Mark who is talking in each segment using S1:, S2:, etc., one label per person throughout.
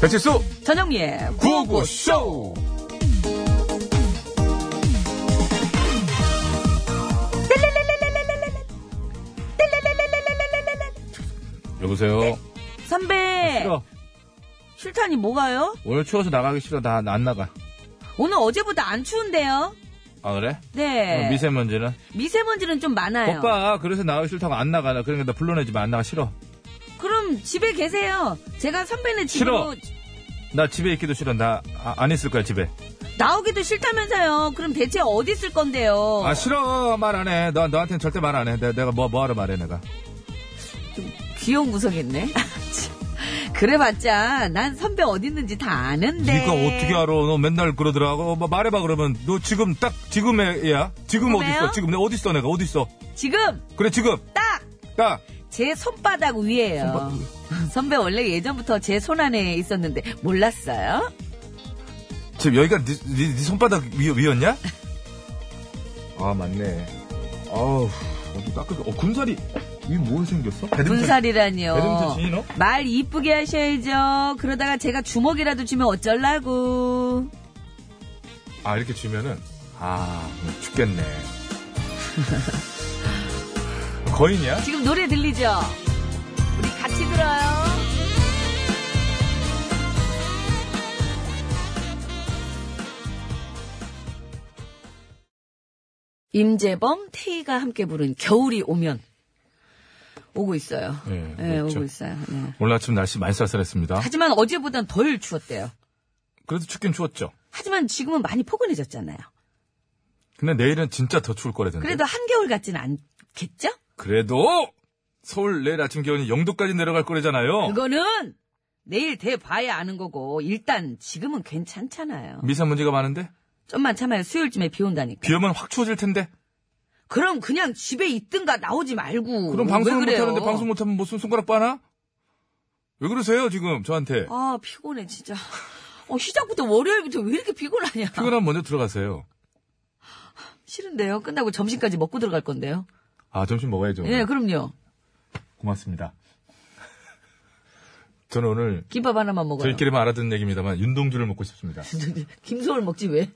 S1: 배칠수
S2: 전영미의
S1: 구호구쇼 여보세요
S2: 선배
S1: 네. 싫어
S2: 실탄이 뭐가요?
S1: 오늘 추워서 나가기 싫어 나 안 나가
S2: 오늘 어제보다 안 추운데요?
S1: 아 그래?
S2: 네.
S1: 그럼 미세먼지는?
S2: 미세먼지. 는좀 많아요.
S1: 오빠 그래서 나가기 싫다고 안 나가 나 그러니까 나 불러내지마 안 나가 싫어
S2: 그럼 집에 계세요. 제가 선배네 집으로
S1: 나 집에 있기도 싫어 나 아, 안 있을 거야 집에
S2: 나오기도 싫다면서요. 그럼 대체 어디 있을 건데요?
S1: 아 싫어 말 안 해 너, 너한테는 절대 말 안 해 내가, 내가 뭐, 뭐하러 말해 내가
S2: 좀 귀여운 구석이네. 참. 그래봤자 난 선배 어디 있는지 다 아는데.
S1: 네가 어떻게 알아? 너 맨날 그러더라고. 뭐 말해봐 그러면 너 지금 딱 지금 애야. 지금 어디
S2: 지금에요?
S1: 있어? 지금 내가 어디 있어? 내가 어디 있어?
S2: 지금
S1: 그래 지금
S2: 딱!
S1: 딱.
S2: 제 손바닥 위에요. 선배 원래 예전부터 제 손 안에 있었는데 몰랐어요?
S1: 지금 여기가 네, 네- 네 손바닥 위, 위였냐? 아 맞네. 아우 어디 닦을 어 군살이 이게 뭘 생겼어? 배드민턴
S2: 군살이라니요.
S1: 진이노?
S2: 말 이쁘게 하셔야죠. 그러다가 제가 주먹이라도 주면 어쩔라고.
S1: 아 이렇게 주면은 아 죽겠네. 거인이야?
S2: 지금 노래 들리죠? 우리 같이 들어요. 임재범, 태희가 함께 부른 겨울이 오면 오고 있어요.
S1: 예,
S2: 예,
S1: 오고
S2: 오고
S1: 있죠.
S2: 있어요. 네.
S1: 오늘 아침 날씨 많이 쌀쌀했습니다.
S2: 하지만 어제보단 덜 추웠대요.
S1: 그래도 춥긴 추웠죠.
S2: 하지만 지금은 많이 포근해졌잖아요.
S1: 근데 내일은 진짜 더 추울 거라던데.
S2: 그래도 한겨울 같진 않겠죠?
S1: 그래도 서울 내일 아침 기온이 0도까지 내려갈 거래잖아요.
S2: 그거는 내일 돼 봐야 아는 거고 일단 지금은 괜찮잖아요.
S1: 미세먼지가 많은데
S2: 좀만 참아요. 수요일쯤에 비 온다니까.
S1: 비 오면 확 추워질 텐데.
S2: 그럼 그냥 집에 있든가 나오지 말고.
S1: 그럼
S2: 왜
S1: 방송을 못
S2: 그래요?
S1: 하는데 방송 못 하면 무슨 손가락 빠나? 왜 그러세요 지금 저한테?
S2: 아 피곤해 진짜. 어, 시작부터 월요일부터 왜 이렇게 피곤하냐.
S1: 피곤하면 먼저 들어가세요.
S2: 싫은데요. 끝나고 점심까지 먹고 들어갈 건데요.
S1: 아 점심 먹어야죠.
S2: 예, 그럼요.
S1: 고맙습니다. 저는 오늘
S2: 김밥 하나만 먹어요.
S1: 저희끼리만 알아듣는 얘기입니다만 윤동주를 먹고 싶습니다.
S2: 김소월 먹지 왜?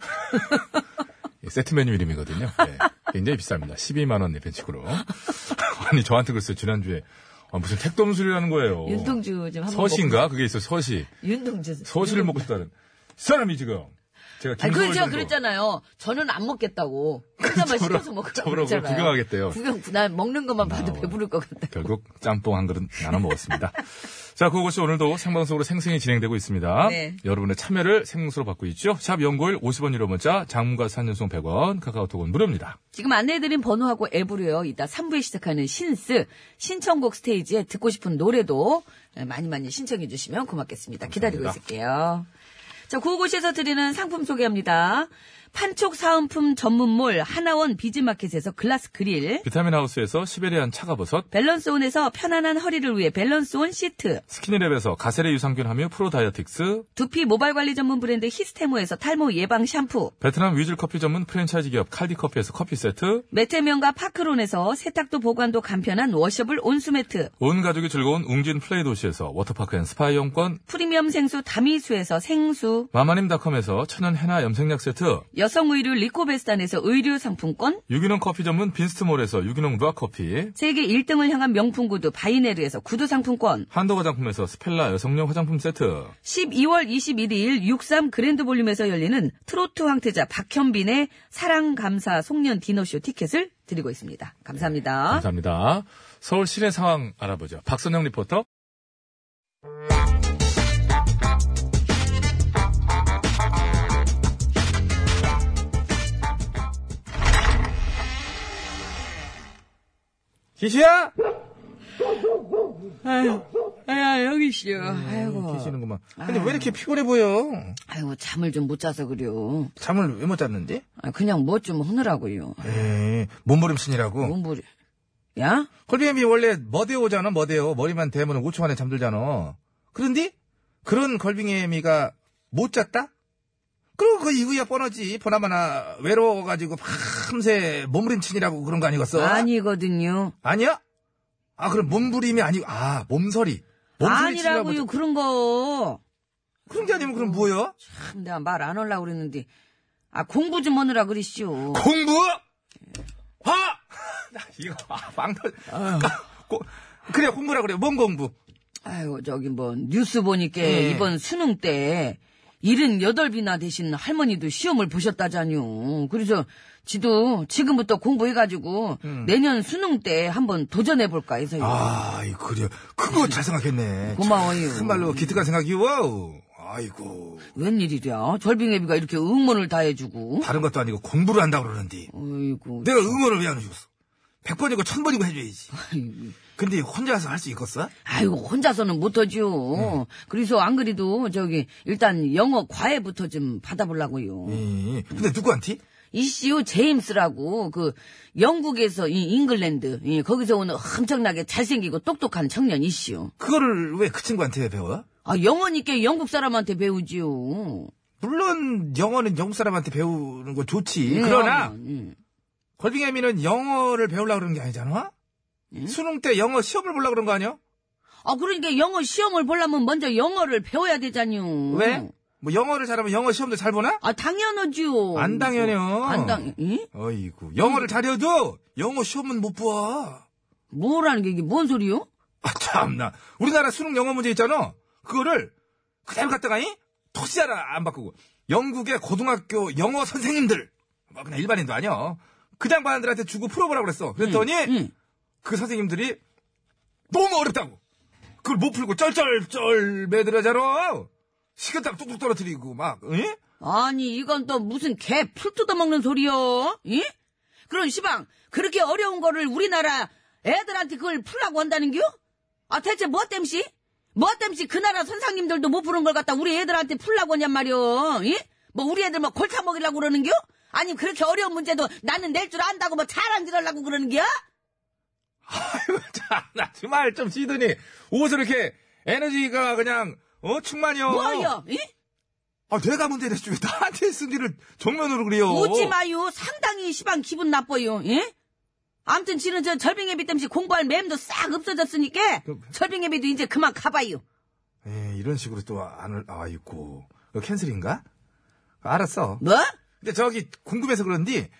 S1: 예, 세트 메뉴 이름이거든요. 예, 굉장히 비쌉니다. 12만 원 내편치고로. 아니 저한테 글쎄 요 지난주에 아, 무슨 택돔술이라는 거예요.
S2: 윤동주 좀 한번
S1: 어. 서시인가 그게 있어 요 서시.
S2: 먹- 윤동주.
S1: 서시를 먹고 싶다는 사람이 지금 제가
S2: 아니,
S1: 김소월
S2: 그, 제가 그랬잖아요. 저는 안 먹겠다고.
S1: 잡으러-
S2: 혼자만 시켜서 먹으라고.
S1: 잡으라고
S2: 그랬잖아요.
S1: 구경하겠대요.
S2: 구경, 난 먹는 것만 봐도
S1: 아,
S2: 배부를 것 같다.
S1: 결국 짬뽕 한 그릇 나눠 먹었습니다. 자, 그것이 오늘도 생방송으로 생생히 진행되고 있습니다.
S2: 네.
S1: 여러분의 참여를 생수로 받고 있죠. 샵 연골 50원 유료 문자, 장문과 3년송 100원, 카카오톡은 무료입니다.
S2: 지금 안내해드린 번호하고 앱으로요. 이따 3부에 시작하는 신스, 신청곡 스테이지에 듣고 싶은 노래도 많이 많이 신청해주시면 고맙겠습니다. 기다리고
S1: 감사합니다.
S2: 있을게요. 자, 구호고시에서 드리는 상품 소개합니다. 판촉 사은품 전문몰 하나원 비즈마켓에서 글라스 그릴,
S1: 비타민 하우스에서 시베리안 차가버섯,
S2: 밸런스온에서 편안한 허리를 위해 밸런스온 시트,
S1: 스키니랩에서 가세리 유산균 함유 프로 다이어틱스,
S2: 두피 모발 관리 전문 브랜드 히스테모에서 탈모 예방 샴푸,
S1: 베트남 위즐 커피 전문 프랜차이즈 기업 칼디 커피에서 커피 세트,
S2: 매트면과 파크론에서 세탁도 보관도 간편한 워셔블 온수매트,
S1: 온 가족이 즐거운 웅진 플레이 도시에서 워터파크 앤 스파 이용권,
S2: 프리미엄 생수 다미수에서 생수,
S1: 마마님닷컴에서 천연 해나 염색약 세트,
S2: 여성 의류 리코베스탄에서 의류 상품권,
S1: 유기농 커피 전문 빈스트몰에서 유기농 루아 커피,
S2: 세계 1등을 향한 명품 구두 바이네르에서 구두 상품권,
S1: 한도 화장품에서 스펠라 여성용 화장품 세트,
S2: 12월 21일 63 그랜드 볼륨에서 열리는 트로트 황태자 박현빈의 사랑 감사 송년 디너쇼 티켓을 드리고 있습니다. 감사합니다.
S1: 감사합니다. 서울 시내 상황 알아보죠. 박선영 리포터. 기시야!
S2: 아, 여기시요. 아이고.
S1: 기시는구만. 근데 왜 이렇게 피곤해 보여?
S2: 아이고, 잠을 좀 못 자서 그래요.
S1: 잠을 왜 못 잤는데?
S2: 아, 그냥 뭐 좀 흐느라고요.
S1: 에 몸부림신이라고.
S2: 뭔 소리. 야?
S1: 콜비엠이 원래 머대 오잖아, 머대요. 머리만 대면 5초 안에 잠들잖아. 그런데 그런 걸빙애미가 못 잤다? 그럼 그 이유야 뻔하지. 보나마나 외로워가지고 밤새 몸부림친이라고 그런 거 아니겠어?
S2: 아니거든요.
S1: 아니야? 아, 그럼 몸부림이 아니고, 아, 몸서리. 몸서리 치려고
S2: 아니라고요, 그런 거.
S1: 그런 게 아니면 그럼 뭐요?
S2: 참, 내가 말 안 하려고 그랬는데. 아, 공부 좀 하느라 그랬시오.
S1: 공부! 하! 나 이거, 아, 망터 고- 그래, 공부라 그래. 뭔 공부?
S2: 아유, 저기 뭐, 뉴스 보니까
S1: 예.
S2: 이번 수능 때, 78이나 되신 할머니도 시험을 보셨다잖요. 그래서, 지도 지금부터 공부해가지고, 내년 수능 때 한번 도전해볼까 해서요.
S1: 음. 아이, 그래. 그거 잘 생각했네.
S2: 음. 고마워요.
S1: 정말로 기특한 생각이, 와우. 아이고.
S2: 웬일이랴? 절빙애비가 이렇게 응모를 다 해주고.
S1: 다른 것도 아니고 공부를 한다고 그러는데.
S2: 어이구.
S1: 내가 응원을 왜 안 해줬어? 100번이고 1000번이고 해줘야지.
S2: 아이고.
S1: 근데 혼자서 할 수 있겠어?
S2: 아이고, 혼자서는 못하죠. 그래서 안 그래도, 저기, 일단 영어 과외부터 좀 받아보려고요.
S1: 예. 근데 누구한테?
S2: 이시오 제임스라고 그 영국에서 이 잉글랜드 이 거기서 오는 엄청나게 잘생기고 똑똑한 청년 이시오.
S1: 그거를 왜 그 친구한테 배워?
S2: 아 영어니까 영국 사람한테 배우지요.
S1: 물론 영어는 영국 사람한테 배우는 거 좋지.
S2: 음,
S1: 예, 그러나
S2: 음.
S1: 걸빙애미는 영어를 배우려고 그러는 게 아니잖아?
S2: 음?
S1: 수능 때 영어 시험을 보려고 그런 거 아니야?
S2: 아 그러니까 영어 시험을 보려면 먼저 영어를 배워야 되잖요.
S1: 왜? 뭐 영어를 잘하면 영어 시험도 잘 보나?
S2: 아 당연하지요.
S1: 안 당연해요.
S2: 안 당. 예? 응?
S1: 어이구. 영어를 잘해도 영어 시험은 못 보아.
S2: 뭐라는 게 이게 뭔 소리요?
S1: 아, 참나. 우리나라 수능 영어 문제 있잖아. 그거를 그대로 갖다가 이 토시 하나 안 바꾸고 영국의 고등학교 영어 선생님들 뭐 그냥 일반인도 아니야. 그 장반들한테 주고 풀어보라고 그랬어. 그랬더니
S2: 응.
S1: 그 선생님들이 너무 어렵다고. 그걸 못 풀고 쩔쩔쩔 매들어자로 식은땀 뚝뚝 떨어뜨리고 막. 응?
S2: 아니 이건 또 무슨 개 풀 뜯어먹는 소리요? 예? 그런 시방 그렇게 어려운 거를 우리나라 애들한테 그걸 풀라고 한다는겨? 아 대체 뭐 땜시? 뭐 땜시 그 나라 선상님들도 못 푸는 걸 갖다 우리 애들한테 풀라고 하냔 말이오? 예? 뭐 우리 애들 뭐 골차 먹이려고 그러는겨? 아니면 그렇게 어려운 문제도 나는 낼 줄 안다고 뭐 자랑 지르려고 그러는겨?
S1: 아이고, 참나. 주말 좀 쉬더니 옷을 이렇게 에너지가 그냥 어 충만이요.
S2: 뭐요? 예?
S1: 아 내가 문제 됐지 왜 나한테 쓴 일을 정면으로 그래요.
S2: 웃지 마요. 상당히 시방 기분 나빠요. 예? 암튼 지는 저 절빙애비 땜시 공부할 맴도 싹 없어졌으니까
S1: 그-
S2: 절빙애비도 이제 그만 가봐요.
S1: 예, 이런 식으로 또 안을 아 있고 이거 캔슬인가? 알았어.
S2: 뭐?
S1: 근데 저기 궁금해서 그런데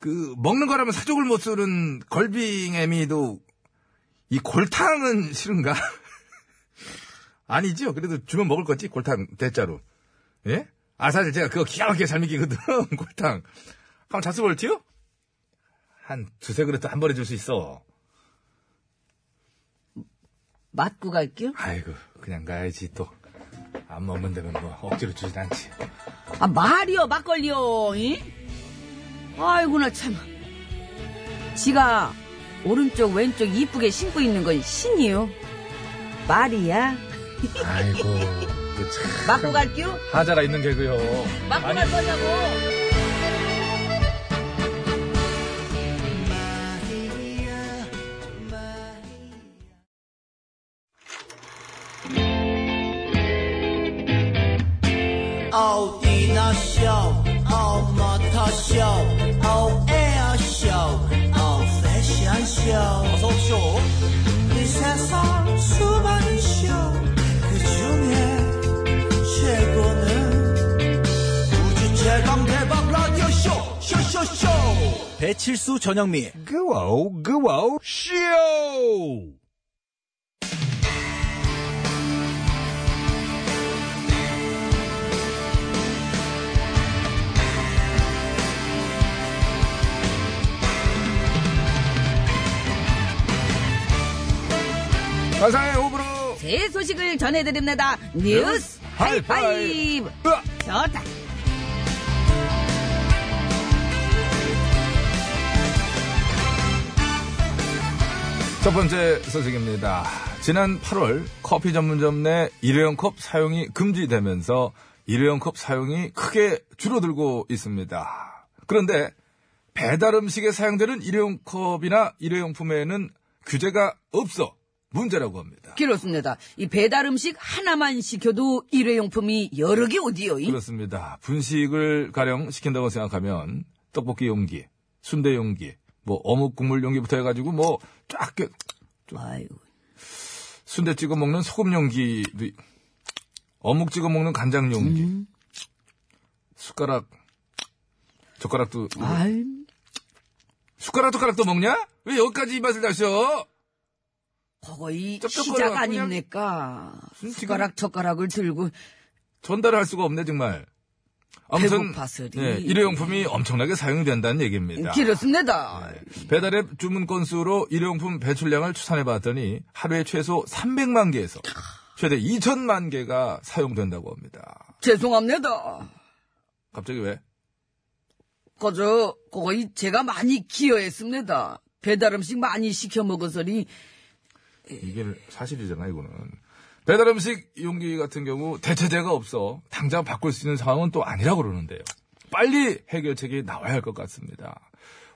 S1: 그 먹는 거라면 사족을 못 쓰는 걸빙 애미도 이 골탕은 싫은가? 아니죠. 그래도 주면 먹을 거지 골탕 대짜로. 예? 아 사실 제가 그거 기가 막히게 잘 먹이거든 골탕. 한번 자수 볼지요? 한 두세 그릇도 한 번에 줄 수 있어.
S2: 맞고 갈게요.
S1: 아이고 그냥 가야지 또 안 먹는 데는 뭐 억지로 주진 않지.
S2: 아, 말이요, 막걸리요, 이? 아이고, 나 참. 지가 오른쪽, 왼쪽 이쁘게 신고 있는 건 신이요. 말이야.
S1: 아이고 그 참.
S2: 맞고 갈게요.
S1: 하자가 있는 개그요.
S2: 맞고 갈 거냐고.
S3: 어디나 쇼 어머터 쇼 어에어 쇼 어패션 쇼 어서 오쇼 이 세상 수많은 쇼그 중에 최고는 우주 최강 대박 라디오 쇼 쇼쇼쇼 배칠수 전영미
S1: 그와우 그와우 쇼. 관상의 호불호.
S2: 제 소식을 전해드립니다. 뉴스 하이파이브.
S1: 으아!
S2: 좋다.
S1: 첫 번째 소식입니다. 지난 8월 커피 전문점 내 일회용 컵 사용이 금지되면서 일회용 컵 사용이 크게 줄어들고 있습니다. 그런데 배달 음식에 사용되는 일회용 컵이나 일회용품에는 규제가 없어 문제라고 합니다.
S2: 그렇습니다. 이 배달 음식 하나만 시켜도 일회용품이 여러 개 어디요? 이?
S1: 그렇습니다. 분식을 가령 시킨다고 생각하면 떡볶이 용기, 순대 용기, 뭐 어묵 국물 용기부터 해가지고 뭐쫙
S2: 아이고.
S1: 순대 찍어 먹는 소금 용기도 있- 어묵 찍어 먹는 간장 용기.
S2: 음.
S1: 숟가락, 젓가락도.
S2: 아유,
S1: 숟가락, 젓가락도 먹냐? 왜 여기까지 입맛을 다셔?
S2: 그거 이
S1: 쩝쩝거려
S2: 시작
S1: 갖고 그냥-
S2: 아닙니까?
S1: 지금-
S2: 숟가락 젓가락을 들고
S1: 전달을 할 수가 없네, 정말. 아무튼,
S2: 배고파서리.
S1: 예, 일회용품이 엄청나게 사용된다는 얘기입니다. 네.
S2: 길었습니다.
S1: 배달앱 주문 건수로 일회용품 배출량을 추산해 봤더니 하루에 최소 300만 개에서 최대 2천만 개가 사용된다고 합니다.
S2: 죄송합니다.
S1: 갑자기 왜?
S2: 그저 그거 이 제가 많이 기여했습니다. 배달 음식 많이 시켜 먹어서니
S1: 이게 사실이잖아, 이거는. 배달 음식 용기 같은 경우 대체제가 없어 당장 바꿀 수 있는 상황은 또 아니라고 그러는데요. 빨리 해결책이 나와야 할 것 같습니다.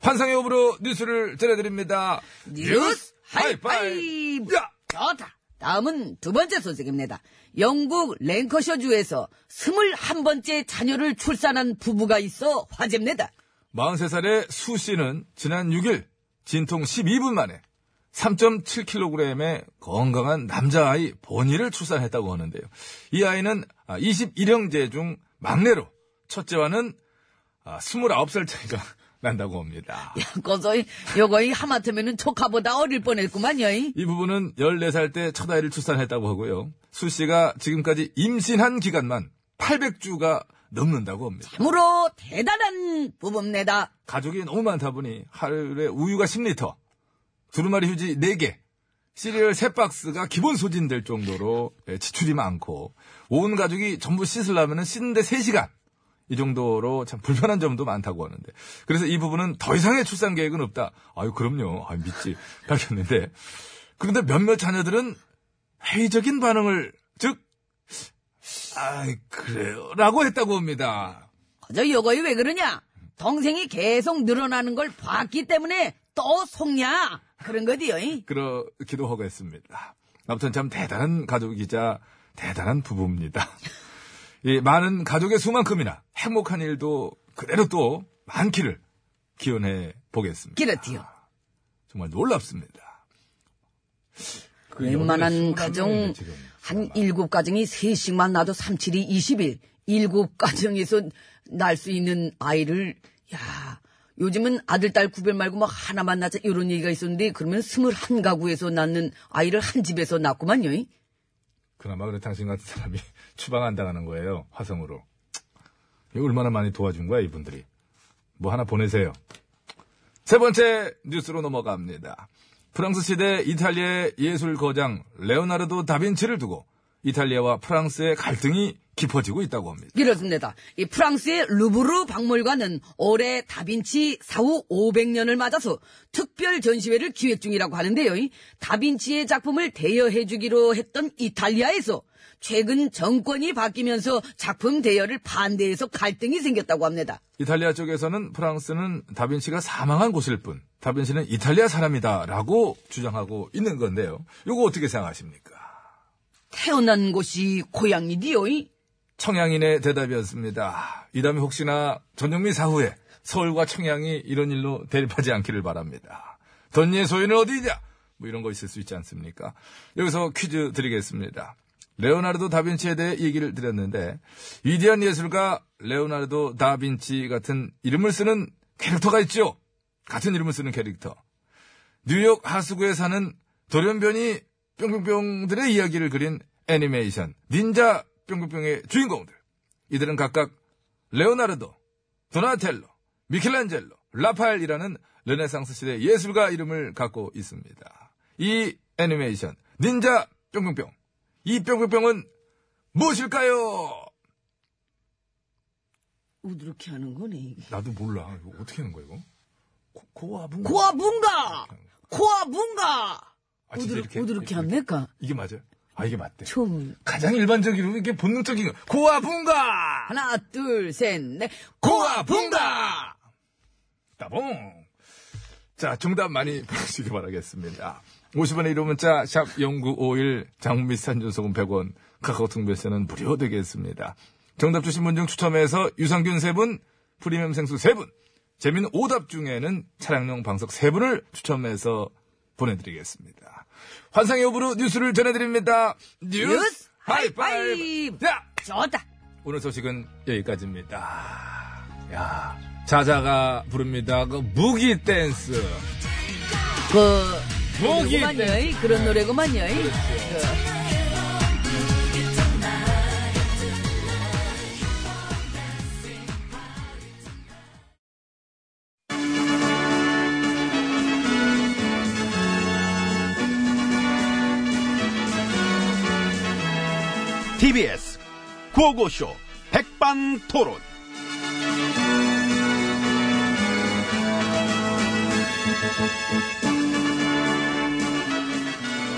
S1: 환상의 호불호 뉴스를 전해드립니다.
S2: 뉴스 하이파이브!
S1: 야!
S2: 좋다. 다음은 두 번째 소식입니다. 영국 랭커셔주에서 21번째 자녀를 출산한 부부가 있어 화제입니다.
S1: 43살의 수 씨는 지난 6일 진통 12분 만에 3.7kg의 건강한 남자아이 본이를 출산했다고 하는데요. 이 아이는 21형제 중 막내로 첫째와는 아, 29살 차이가 난다고 합니다.
S2: 거저이 요거이 하마터면은 조카보다 어릴 뻔했구만요.
S1: 이 부부는 14살 때 첫 아이를 출산했다고 하고요. 수 씨가 지금까지 임신한 기간만 800주가 넘는다고 합니다.
S2: 참으로 대단한 부부입니다.
S1: 가족이 너무 많다 보니 하루에 우유가 10리터, 두루마리 휴지 4개, 시리얼 3박스가 기본 소진될 정도로 예, 지출이 많고 온 가족이 전부 씻으려면 씻는데 3시간 이 정도로 참 불편한 점도 많다고 하는데 그래서 이 부분은 더 이상의 출산 계획은 없다. 아유 그럼요. 아 믿지 밝혔는데 그런데 몇몇 자녀들은 회의적인 반응을 즉 아, 그래요. 라고 했다고 합니다.
S2: 거저 요거이 왜 그러냐? 동생이 계속 늘어나는 걸 봤기 때문에 또 속냐? 그런 거디요.
S1: 그렇기도 하고 했습니다. 아무튼 참 대단한 가족이자 대단한 부부입니다. 이 많은 가족의 수만큼이나 행복한 일도 그대로 또 많기를 기원해 보겠습니다.
S2: 그렇디요.
S1: 정말 놀랍습니다. 그
S2: 웬만한
S1: 연애 수만큼이네,
S2: 가정
S1: 지금. 아.
S2: 한 일곱 가정이 셋씩만 나도 삼칠이 이십일 일곱 가정에서 날 수 있는 아이를 야 요즘은 아들 딸 구별 말고 막 하나만 낳자 이런 얘기가 있었는데 그러면 스물한 가구에서 낳는 아이를 한 집에서 낳구만요.
S1: 그나마 그래 당신 같은 사람이 추방 안 당하는 거예요. 화성으로. 이거 얼마나 많이 도와준 거야 이분들이. 뭐 하나 보내세요. 세 번째 뉴스로 넘어갑니다. 프랑스 시대 이탈리아의 예술 거장 레오나르도 다빈치를 두고 이탈리아와 프랑스의 갈등이 깊어지고 있다고 합니다.
S2: 이렇습니다. 이 프랑스의 루브르 박물관은 올해 다빈치 사후 500년을 맞아서 특별 전시회를 기획 중이라고 하는데요. 이 다빈치의 작품을 대여해주기로 했던 이탈리아에서 최근 정권이 바뀌면서 작품 대여를 반대해서 갈등이 생겼다고 합니다.
S1: 이탈리아 쪽에서는 프랑스는 다빈치가 사망한 곳일 뿐 다빈치는 이탈리아 사람이다라고 주장하고 있는 건데요. 이거 어떻게 생각하십니까?
S2: 태어난 곳이 고향이디요. 이
S1: 청양인의 대답이었습니다. 이담이 혹시나 전영미 사후에 서울과 청양이 이런 일로 대립하지 않기를 바랍니다. 던예 소유는 어디냐? 뭐 이런 거 있을 수 있지 않습니까? 여기서 퀴즈 드리겠습니다. 레오나르도 다빈치에 대해 얘기를 드렸는데 위대한 예술가 레오나르도 다빈치 같은 이름을 쓰는 캐릭터가 있죠. 같은 이름을 쓰는 캐릭터. 뉴욕 하수구에 사는 돌연변이 뿅뿅뿅들의 이야기를 그린 애니메이션 닌자 뿅뿅뿅의 주인공들. 이들은 각각 레오나르도, 도나텔로, 미켈란젤로, 라파엘이라는 르네상스 시대 예술가 이름을 갖고 있습니다. 이 애니메이션 닌자 뿅뿅뿅. 이 뿅뿅뿅은 무엇일까요?
S2: 우드럽게 하는 거네. 이게.
S1: 나도 몰라. 이거 어떻게 하는 거야 이거? 고, 고아분.
S2: 고아분가! 고아분가!
S1: 아, 진짜
S2: 우드럽게,
S1: 이렇게-
S2: 우드럽게 합니까?
S1: 이게 맞아요? 아 이게 맞대.
S2: 처음.
S1: 가장 일반적이고 이게 본능적인 거. 고아분가!
S2: 하나, 둘, 셋, 넷.
S1: 고아분가! 따봉! 자, 정답 많이 보시기 바라겠습니다. 50원의 이호 문자, 샵 0951, 장미 산준소금 100원, 카카오톡 메시는 무료 되겠습니다. 정답 주신 분 중 추첨해서 유산균 3분, 프리미엄 생수 3분, 재미있는 오답 중에는 차량용 방석 3분을 추첨해서 보내드리겠습니다. 환상의 오브로 뉴스를 전해드립니다. 뉴스,
S2: 뉴스
S4: 하이파이브!
S2: 하이파이브.
S4: 자,
S2: 좋다.
S4: 오늘 소식은 여기까지입니다. 야, 자자가 부릅니다. 그 무기 댄스.
S2: 그
S4: 목이
S2: 노래구만요.
S5: 네.
S2: 그런 노래구만요. 그,
S6: TBS 구호고쇼 백반토론.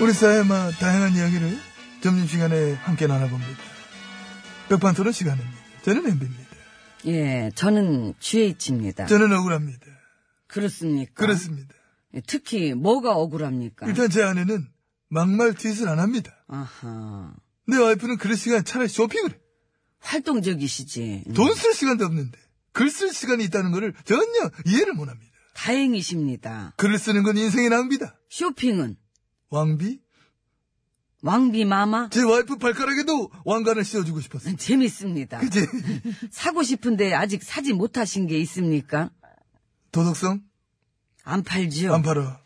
S5: 우리 사회의 막 다양한 이야기를 점심시간에 함께 나눠봅니다. 백반토론 시간입니다. 저는 엠비입니다.
S2: 예, 저는 GH입니다.
S5: 저는 억울합니다.
S2: 그렇습니까?
S5: 그렇습니다.
S2: 예, 특히 뭐가 억울합니까?
S5: 일단 제 아내는 막말 트윗을 안 합니다.
S2: 아하.
S5: 내 와이프는 그럴 시간 차라리 쇼핑을 해.
S2: 활동적이시지. 음,
S5: 돈 쓸 시간도 없는데 글 쓸 시간이 있다는 것을 전혀 이해를 못합니다.
S2: 다행이십니다.
S5: 글을 쓰는 건 인생의 낭비다.
S2: 쇼핑은
S5: 왕비?
S2: 왕비 마마
S5: 제 와이프 발가락에도 왕관을 씌워주고 싶었어요.
S2: 재밌습니다.
S5: 그치?
S2: 사고 싶은데 아직 사지 못하신 게 있습니까?
S5: 도덕성?
S2: 안 팔지요.
S5: 안 팔아.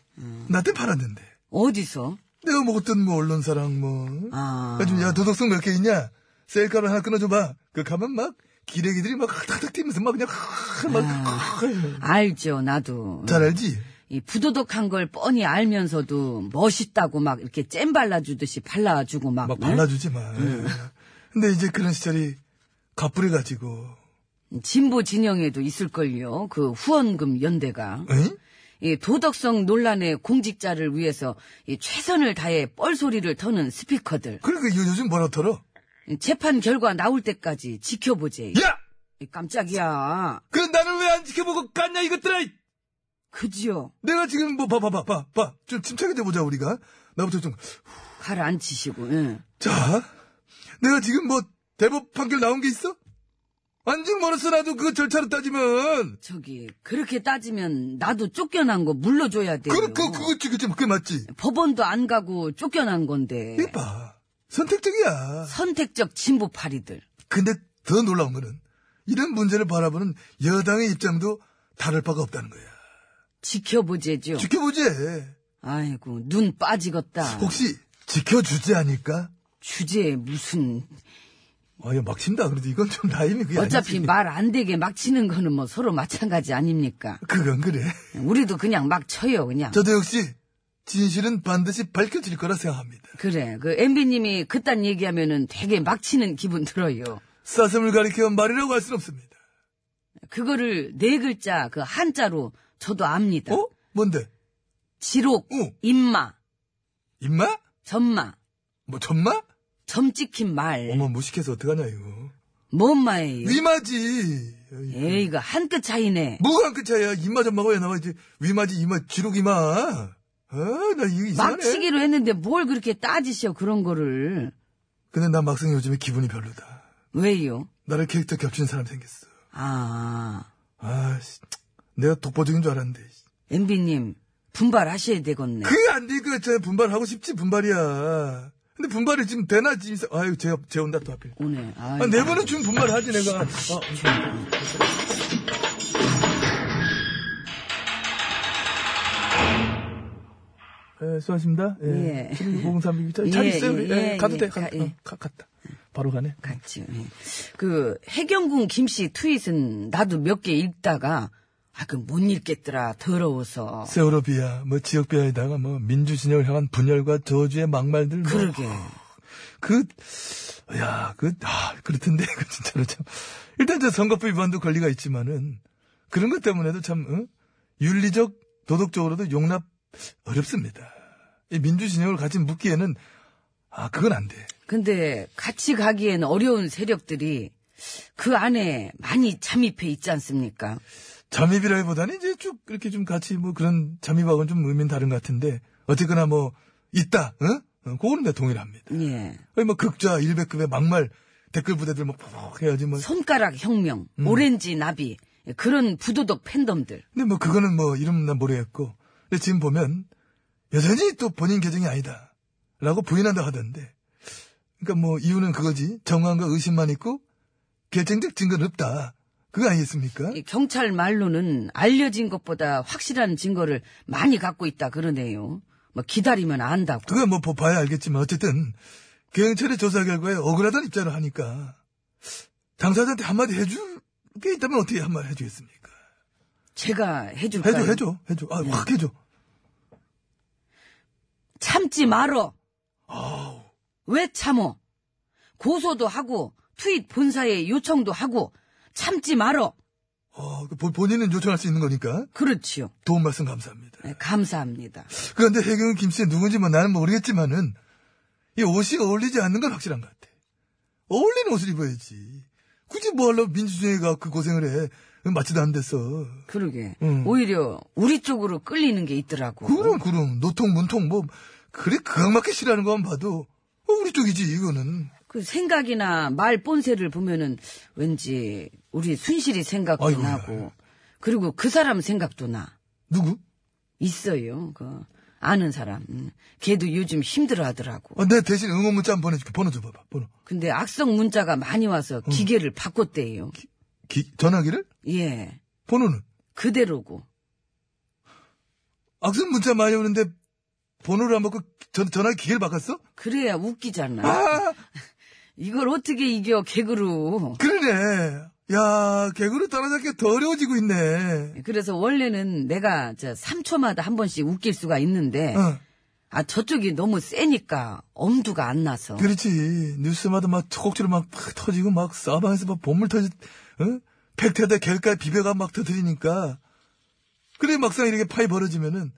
S5: 나한테 팔았는데.
S2: 어디서?
S5: 내가 먹었던 뭐 언론사랑 뭐.
S2: 아.
S5: 요즘 야 도덕성 몇 개 있냐? 셀카로 하나 끊어줘봐. 그 가면 막 기레기들이 막 탁탁탁 뛰면서 막 그냥 막잘
S2: 알죠, 나도.
S5: 알지?
S2: 이 부도덕한 걸 뻔히 알면서도 멋있다고 막 이렇게 잼 발라주듯이 발라주고 막.
S5: 막
S2: 응?
S5: 발라주지 마. 근데 이제 그런 시절이 갑부리 가지고.
S2: 진보 진영에도 있을걸요. 그 후원금 연대가.
S5: 응?
S2: 이 도덕성 논란의 공직자를 위해서 이 최선을 다해 뻘소리를 터는 스피커들.
S5: 그러니까 요- 요즘 뭐라 털어?
S2: 이 재판 결과 나올 때까지 지켜보지.
S4: 야!
S2: 이 깜짝이야.
S4: 그 나를 왜 안 지켜보고 갔냐, 이것들아! 이-
S2: 그지요?
S5: 내가 지금 뭐 봐봐 봐봐 봐. 봐. 좀 침착해 져 보자 우리가. 나부터 좀.
S2: 가라앉히시고, 응.
S5: 자, 내가 지금 뭐 대법 판결 나온 게 있어? 안중 멀었어 나도 그 절차로 따지면.
S2: 저기, 그렇게 따지면 나도 쫓겨난 거 물러줘야 돼요.
S5: 그, 그, 그거지, 그지, 그게 맞지.
S2: 법원도 안 가고 쫓겨난 건데.
S5: 이봐. 선택적이야.
S2: 선택적 진보파리들.
S5: 근데 더 놀라운 거는 이런 문제를 바라보는 여당의 입장도 다를 바가 없다는 거야.
S2: 지켜보제죠.
S5: 지켜보지.
S2: 아이고, 눈 빠지겠다.
S5: 혹시 지켜주지 않을까?
S2: 주제에 무슨.
S5: 아, 이거 막 친다. 그래도 이건 좀 라임이 그게
S2: 어차피
S5: 아니지.
S2: 말 안 되게 막 치는 거는 뭐 서로 마찬가지 아닙니까?
S5: 그건 그래.
S2: 우리도 그냥 막 쳐요, 그냥.
S5: 저도 역시 진실은 반드시 밝혀질 거라 생각합니다.
S2: 그래. 그 MB님이 그딴 얘기하면은 되게 막 치는 기분 들어요.
S5: 사슴을 가리켜 말이라고 할 순 없습니다.
S2: 그거를 네 글자, 그 한자로 저도 압니다.
S5: 어? 뭔데?
S2: 지록,
S5: 어.
S2: 임마,
S5: 입마?
S2: 점마,
S5: 뭐 점마?
S2: 점 찍힌 말.
S5: 어머 무식해서 어떡하냐 이거.
S2: 뭔 마예요?
S5: 위마지. 어이.
S2: 에이, 이거 한 끗 차이네.
S5: 뭐가 그 차이야? 입마 점마가 왜 나와? 이제 위마지, 이마, 지룩 이마. 아, 나 이거 이상하네.
S2: 막치기로 했는데 뭘 그렇게 따지셔, 그런 거를.
S5: 근데 나 막상 요즘에 기분이 별로다.
S2: 왜요?
S5: 나를 캐릭터 겹치는 사람 생겼어.
S2: 아,
S5: 아, 씨. 내가 독보적인 줄 알았는데. 씨.
S2: MB님, 분발하셔야 되겠네.
S5: 그게 안 돼. 그, 저 분발하고 싶지, 분발이야. 근데 분발이 지금 되나, 지금. 있어. 아유, 쟤, 쟤 온다, 또 하필.
S2: 오늘, 아,
S5: 아, 네 번은 지금 분발하지, 내가. 어. 예, 수고하십니다. 예.
S2: 예.
S5: 003 자,
S2: 예,
S5: 잘 있어요.
S2: 예,
S5: 우리? 예,
S2: 예,
S5: 가도
S2: 예,
S5: 돼. 가,
S2: 가- 예.
S5: 어, 가, 갔다. 바로 가네.
S2: 같이. 그, 해경군 김씨 트윗은 나도 몇 개 읽다가, 아, 그 못 읽겠더라, 더러워서.
S5: 세월호 비하, 뭐 지역 비하에다가 뭐 민주 진영을 향한 분열과 저주의 막말들. 뭐
S2: 그러게.
S5: 그, 야, 그, 아, 그렇던데, 그 진짜로 참. 일단 저 선거법 위반도 권리가 있지만은, 그런 것 때문에도 참, 응? 윤리적, 도덕적으로도 용납 어렵습니다. 이 민주진영을 같이 묶기에는, 아, 그건 안 돼.
S2: 근데 같이 가기엔 어려운 세력들이 그 안에 많이 잠입해 있지 않습니까?
S5: 잠입이라기보다는 이제 쭉 이렇게 좀 같이 뭐 그런 잠입하고는 좀 의미는 다른 것 같은데, 어쨌거나 뭐, 있다, 응? 어, 그거는 내가 동의를 합니다.
S2: 예.
S5: 아니, 뭐 극좌 100급의 막말 댓글 부대들 막 퍽퍽 해야지 뭐.
S2: 손가락 혁명,
S5: 음.
S2: 오렌지 나비, 예, 그런 부도덕 팬덤들.
S5: 근데 뭐 그거는 뭐 이름 난 모르겠고. 근데 지금 보면 여전히 또 본인 계정이 아니다. 라고 부인한다 하던데. 그러니까 뭐 이유는 그거지. 정황과 의심만 있고 결정적 증거는 없다. 그거 아니겠습니까?
S2: 이 경찰 말로는 알려진 것보다 확실한 증거를 많이 갖고 있다 그러네요. 뭐 기다리면 안다고.
S5: 그거 뭐 보- 봐야 알겠지만 어쨌든 경찰의 조사 결과에 억울하다는 입장을 하니까 당사자한테 한마디 해줄 게 있다면 어떻게 한마디 해주겠습니까?
S2: 제가 해줄까요?
S5: 해줘 해줘 해줘. 아확 해줘.
S2: 참지 말어. 왜 참어? 고소도 하고 투입 본사에 요청도 하고 참지 말어.
S5: 어, 그 본- 본인은 요청할 수 있는 거니까
S2: 그렇지요.
S5: 도움 말씀 감사합니다.
S2: 네, 감사합니다.
S5: 그런데 해경은 김씨 누군지 뭐 나는 모르겠지만은 이 옷이 어울리지 않는 건 확실한 것 같아. 어울리는 옷을 입어야지. 굳이 뭐 하려고 민주주의가 그 고생을 해. 맞지도 않는 데서.
S2: 그러게
S5: 음.
S2: 오히려 우리 쪽으로 끌리는 게 있더라고.
S5: 그럼 그럼 노통 문통 뭐 그래 극악맞게 싫어하는 것만 봐도 어, 우리 쪽이지 이거는.
S2: 그 생각이나 말 본세를 보면은 왠지 우리 순실이 생각도
S5: 아이고.
S2: 나고 그리고 그 사람 생각도 나
S5: 누구?
S2: 있어요. 그 아는 사람 음. 걔도 요즘 힘들어하더라고.
S5: 아, 내 대신 응원 문자 한번 보내줄게. 번호 줘봐봐. 번호.
S2: 근데 악성 문자가 많이 와서 기계를 바꿨대요.
S5: 음. 기- 전화기를?
S2: 예
S5: 번호는?
S2: 그대로고
S5: 악성 문자 많이 오는데 번호를 안 받고 전, 전화기 기계를 바꿨어?
S2: 그래야 웃기잖아.
S5: 아!
S2: 이걸 어떻게 이겨 개그로?
S5: 그러네. 야, 개그를 따라잡기가 더 어려워지고 있네.
S2: 그래서 원래는 내가 저 3초마다 한 번씩 웃길 수가 있는데
S5: 어,
S2: 아 저쪽이 너무 세니까 엄두가 안 나서
S5: 그렇지. 뉴스마다 막 초곡지로 막, 팍 터지고 막 사방에서 막 본물 터지, 어? 팩트에다 결가에 비벼가 막 터뜨리니까. 그래, 막상 이렇게 파이 벌어지면은,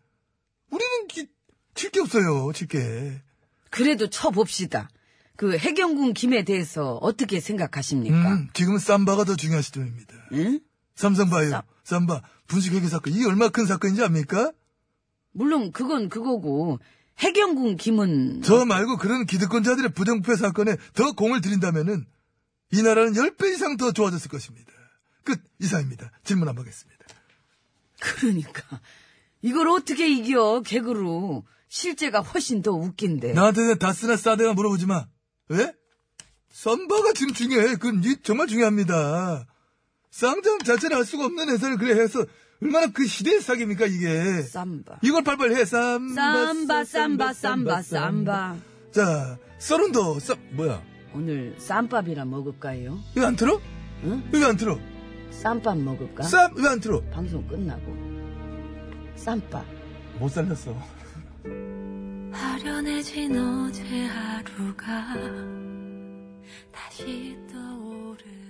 S5: 우리는 기, 칠게 없어요, 칠게.
S2: 그래도 쳐봅시다. 그 해경군 김에 대해서 어떻게 생각하십니까?
S5: 음, 지금은 쌈바가 더 중요한 시점입니다.
S2: 응?
S5: 삼성바이오, 쌈바, 분식회계 사건. 이게 얼마나 큰 사건인지 압니까?
S2: 물론 그건 그거고 해경군 김은
S5: 저 말고 그런 기득권자들의 부정부패 사건에 더 공을 들인다면은 이 나라는 10배 이상 더 좋아졌을 것입니다. 끝 이상입니다. 질문 안 받겠습니다.
S2: 그러니까 이걸 어떻게 이겨 개그로 실제가 훨씬 더 웃긴데
S5: 나한테는 다스나 싸대나 물어보지 마. 왜? 썸바가 지금 중요해. 그건 이- 정말 중요합니다. 쌍장 자체를 알 수가 없는 회사를 그래 해서 얼마나 그 시대의 사기입니까 이게.
S2: 쌈바
S5: 이걸 발발 해 쌈바
S2: 쌈바 쌈바 쌈바 쌈바
S5: 자 서른도 쌈 뭐야
S2: 오늘 쌈밥이나 먹을까요?
S5: 이거 안 틀어?
S2: 응?
S5: 이거 안 틀어?
S2: 쌈밥 먹을까?
S5: 쌈 이거 안 틀어?
S2: 방송 끝나고 쌈밥
S5: 못 살렸어.
S7: 아련해진 어제 하루가 다시 떠오르는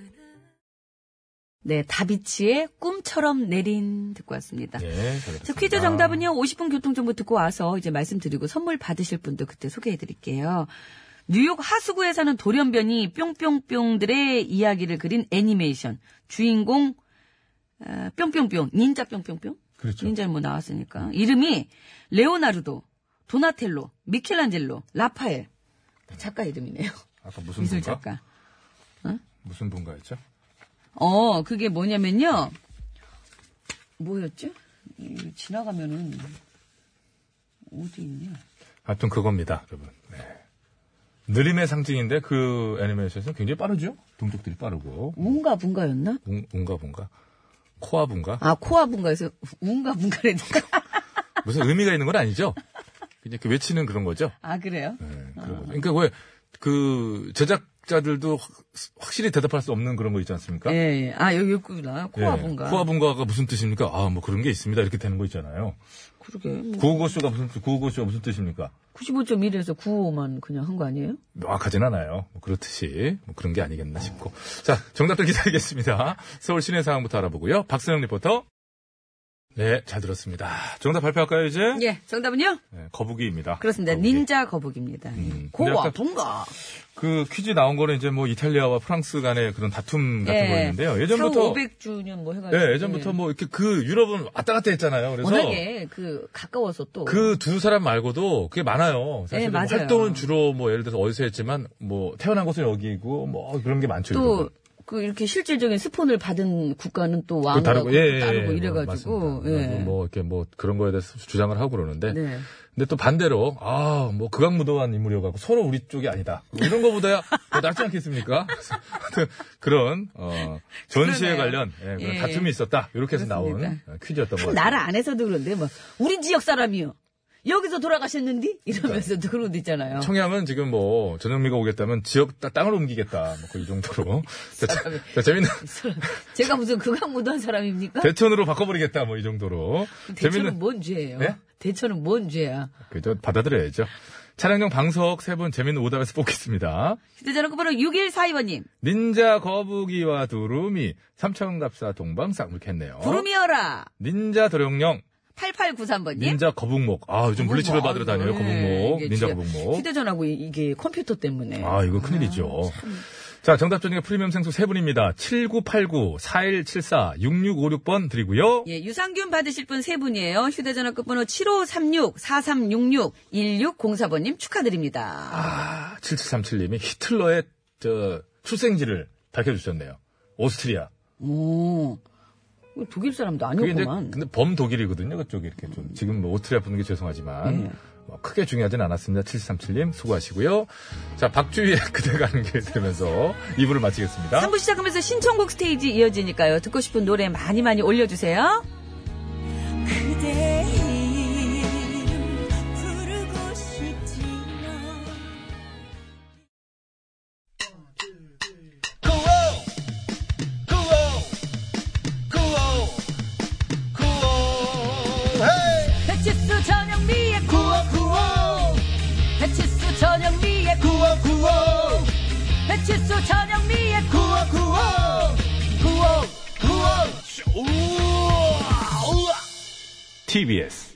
S2: 네, 다비치의 꿈처럼 내린 듣고 왔습니다.
S1: 예,
S2: 자, 퀴즈 정답은요, 50분 교통정보 듣고 와서 이제 말씀드리고 선물 받으실 분도 그때 소개해 드릴게요. 뉴욕 하수구에 사는 돌연변이 뿅뿅뿅들의 이야기를 그린 애니메이션. 주인공, 어, 뿅뿅뿅, 닌자 뿅뿅뿅?
S1: 그렇죠.
S2: 닌자 뭐 나왔으니까. 이름이 레오나르도, 도나텔로, 미켈란젤로, 라파엘. 작가 이름이네요.
S1: 아까 무슨
S2: 미술
S1: 분가?
S2: 작가.
S1: 무슨 분가였죠?
S2: 어, 그게 뭐냐면요. 뭐였죠? 이 지나가면은, 어디 있냐?
S1: 하여튼 그겁니다, 여러분. 네. 느림의 상징인데 그 애니메이션에서 굉장히 빠르죠? 동작들이 빠르고.
S2: 운가 분가였나?
S1: 웅, 웅가 분가? 코아 분가?
S2: 아, 코아 분가에서 운가 분가라니까.
S1: 무슨 의미가 있는 건 아니죠? 그냥 이렇게 외치는 그런 거죠?
S2: 아, 그래요?
S1: 네, 그런 거죠. 그러니까 왜 그 제작자들도 확, 확실히 대답할 수 없는 그런 거 있지 않습니까?
S2: 예, 예. 아, 여기 있구나. 코아
S1: 네. 예,
S2: 분가.
S1: 코아 분가가 무슨 뜻입니까? 아, 뭐 그런 게 있습니다. 이렇게 되는 거 있잖아요.
S2: 그러게. 뭐
S1: 구호고쇼가 무슨, 뜻- 구호고쇼가 무슨 뜻입니까?
S2: 95.1에서 95만 그냥 한 거 아니에요?
S1: 명확하진 않아요. 뭐 그렇듯이 뭐 그런 게 아니겠나 싶고. 자, 정답들 기다리겠습니다. 서울 시내 상황부터 알아보고요. 박선영 리포터. 네, 잘 들었습니다. 정답 발표할까요, 이제?
S2: 예, 정답은요?
S1: 네, 거북이입니다.
S2: 그렇습니다.
S1: 거북이.
S2: 닌자 거북입니다.
S1: 아, 음. 근데
S2: 코아
S1: 아까-
S2: 분가.
S1: 그 퀴즈 나온 거는 이제 뭐 이탈리아와 프랑스 간의 그런 다툼
S2: 예.
S1: 같은 거였는데요.
S2: 상
S1: 예전부터
S2: 500주년 뭐 해가지고.
S1: 예, 예전부터 뭐 이렇게 그 유럽은 왔다 갔다 했잖아요. 그래서
S2: 워낙에 그 가까워서 또.
S1: 그 두 사람 말고도 그게 많아요. 사실
S2: 네,
S1: 은
S2: 맞아요.
S1: 활동은 주로 뭐 예를 들어서 어디서 했지만 뭐 태어난 곳은 여기고 뭐 그런 게 많죠.
S2: 또
S1: 일본은.
S2: 그 이렇게 실질적인 스폰을 받은 국가는 또 왕하고
S1: 다르고, 예, 예, 예.
S2: 따르고
S1: 뭐,
S2: 이래가지고
S1: 맞습니다.
S2: 예.
S1: 그래가지고 뭐 이렇게 뭐 그런 거에 대해서 주장을 하고 그러는데
S2: 네.
S1: 근데 또 반대로 아 뭐 극악무도한 인물이어가고 서로 우리 쪽이 아니다 뭐 이런 거보다야 뭐 낫지 않겠습니까? 그래서 하여튼 그런 어, 전시에
S2: 그러네요.
S1: 관련 예, 그런
S2: 예.
S1: 다툼이 있었다 이렇게 해서 나온
S2: 그렇습니다.
S1: 어, 퀴즈였던 것
S2: 한
S1: 같아요.
S2: 나라 안에서도 그런데 뭐 우리 지역 사람이요 여기서 돌아가셨는디 이러면서도 그런 데 있잖아요.
S1: 그러니까. 청양은 지금 뭐 전영미가 오겠다면 지역 따- 땅을 옮기겠다 뭐 거의 이 정도로 자, 자, 재밌는
S2: 제가 무슨 극악무도한 사람입니까?
S1: 대천으로 바꿔버리겠다 뭐 이 정도로
S2: 대처는 뭔 죄예요?
S1: 예?
S2: 대처는 뭔 죄야?
S1: 그죠 받아들여야죠. 차량용 방석 세 분 재밌는 오답에서 뽑겠습니다.
S2: 휴대전화 끝번호 6142번님
S1: 닌자 거북이와 두루미 삼천갑사 동방 쌍물했네요
S2: 부르미어라
S1: 닌자 도룡령
S2: 8893번님 예,
S1: 닌자 거북목 아
S2: 어,
S1: 요즘 물리치료
S2: 뭐,
S1: 받으러 다녀요
S2: 네.
S1: 거북목 닌자 거북목
S2: 휴대전화고 이- 이게 컴퓨터 때문에
S1: 아 이거 큰일이죠. 자 정답 중에 프리미엄 생수 세 분입니다. 7989 4174 6656번 드리고요.
S2: 예, 유산균 받으실 분 세 분이에요. 휴대전화 끝번호 7536-4366-1604번님 축하드립니다.
S1: 아 7737님이 히틀러의 저 출생지를 밝혀주셨네요. 오스트리아.
S2: 오, 이거 독일 사람도
S1: 그게 이제
S2: 아니었구만.
S1: 근데 범독일이거든요. 그쪽이 이렇게 좀 지금 뭐 오스트리아 분는게 죄송하지만
S2: 예.
S1: 뭐 크게 중요하진 않았습니다. 7737님 수고하시고요. 자 박주희의 그대 가는 길 들으면서 2부를 마치겠습니다.
S2: 3부 시작하면서 신청곡 스테이지 이어지니까요. 듣고 싶은 노래 많이 많이 올려주세요.
S8: 그대 이름 부르고 싶지만
S2: 배치수 전영미의 구호 구호 배치수 전영미의 구호 구호 배치수 전영미의 구호
S6: TBS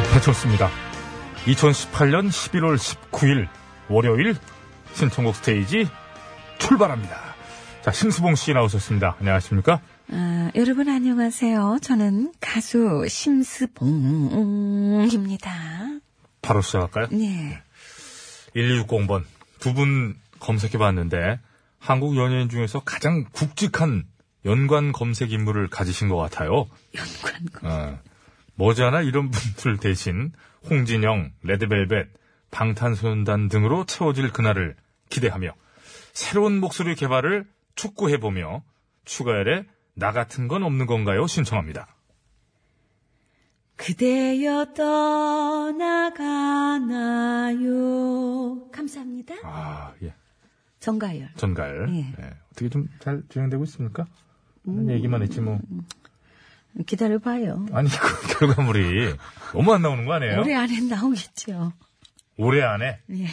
S1: 네, 배쳤습니다. 2018년 11월 19일 월요일 신청곡 스테이지 출발합니다. 자 심수봉 씨 나오셨습니다. 안녕하십니까?
S8: 아, 여러분 안녕하세요. 저는 가수 심스봉입니다.
S1: 바로 시작할까요?
S2: 음.
S8: 네.
S1: 1260번 두 분 검색해봤는데 한국 연예인 중에서 가장 굵직한 연관 검색 인물을 가지신 것 같아요.
S8: 연관 거.
S1: 어, 머지않아 이런 분들 대신 홍진영, 레드벨벳, 방탄소년단 등으로 채워질 그날을 기대하며 새로운 목소리 개발을 촉구해보며 추가열에 나 같은 건 없는 건가요? 신청합니다.
S8: 그대여 떠나가나요. 감사합니다.
S1: 아, 예.
S8: 정가열.
S1: 전갈.
S8: 예. 음.
S1: 예. 어떻게 좀 잘 진행되고 있습니까? 그런 얘기만 했지 뭐.
S8: 기다려봐요.
S1: 아니, 그 결과물이 너무 안 나오는 거 아니에요?
S8: 올해 안에 나오겠죠.
S1: 올해 안에
S8: 예.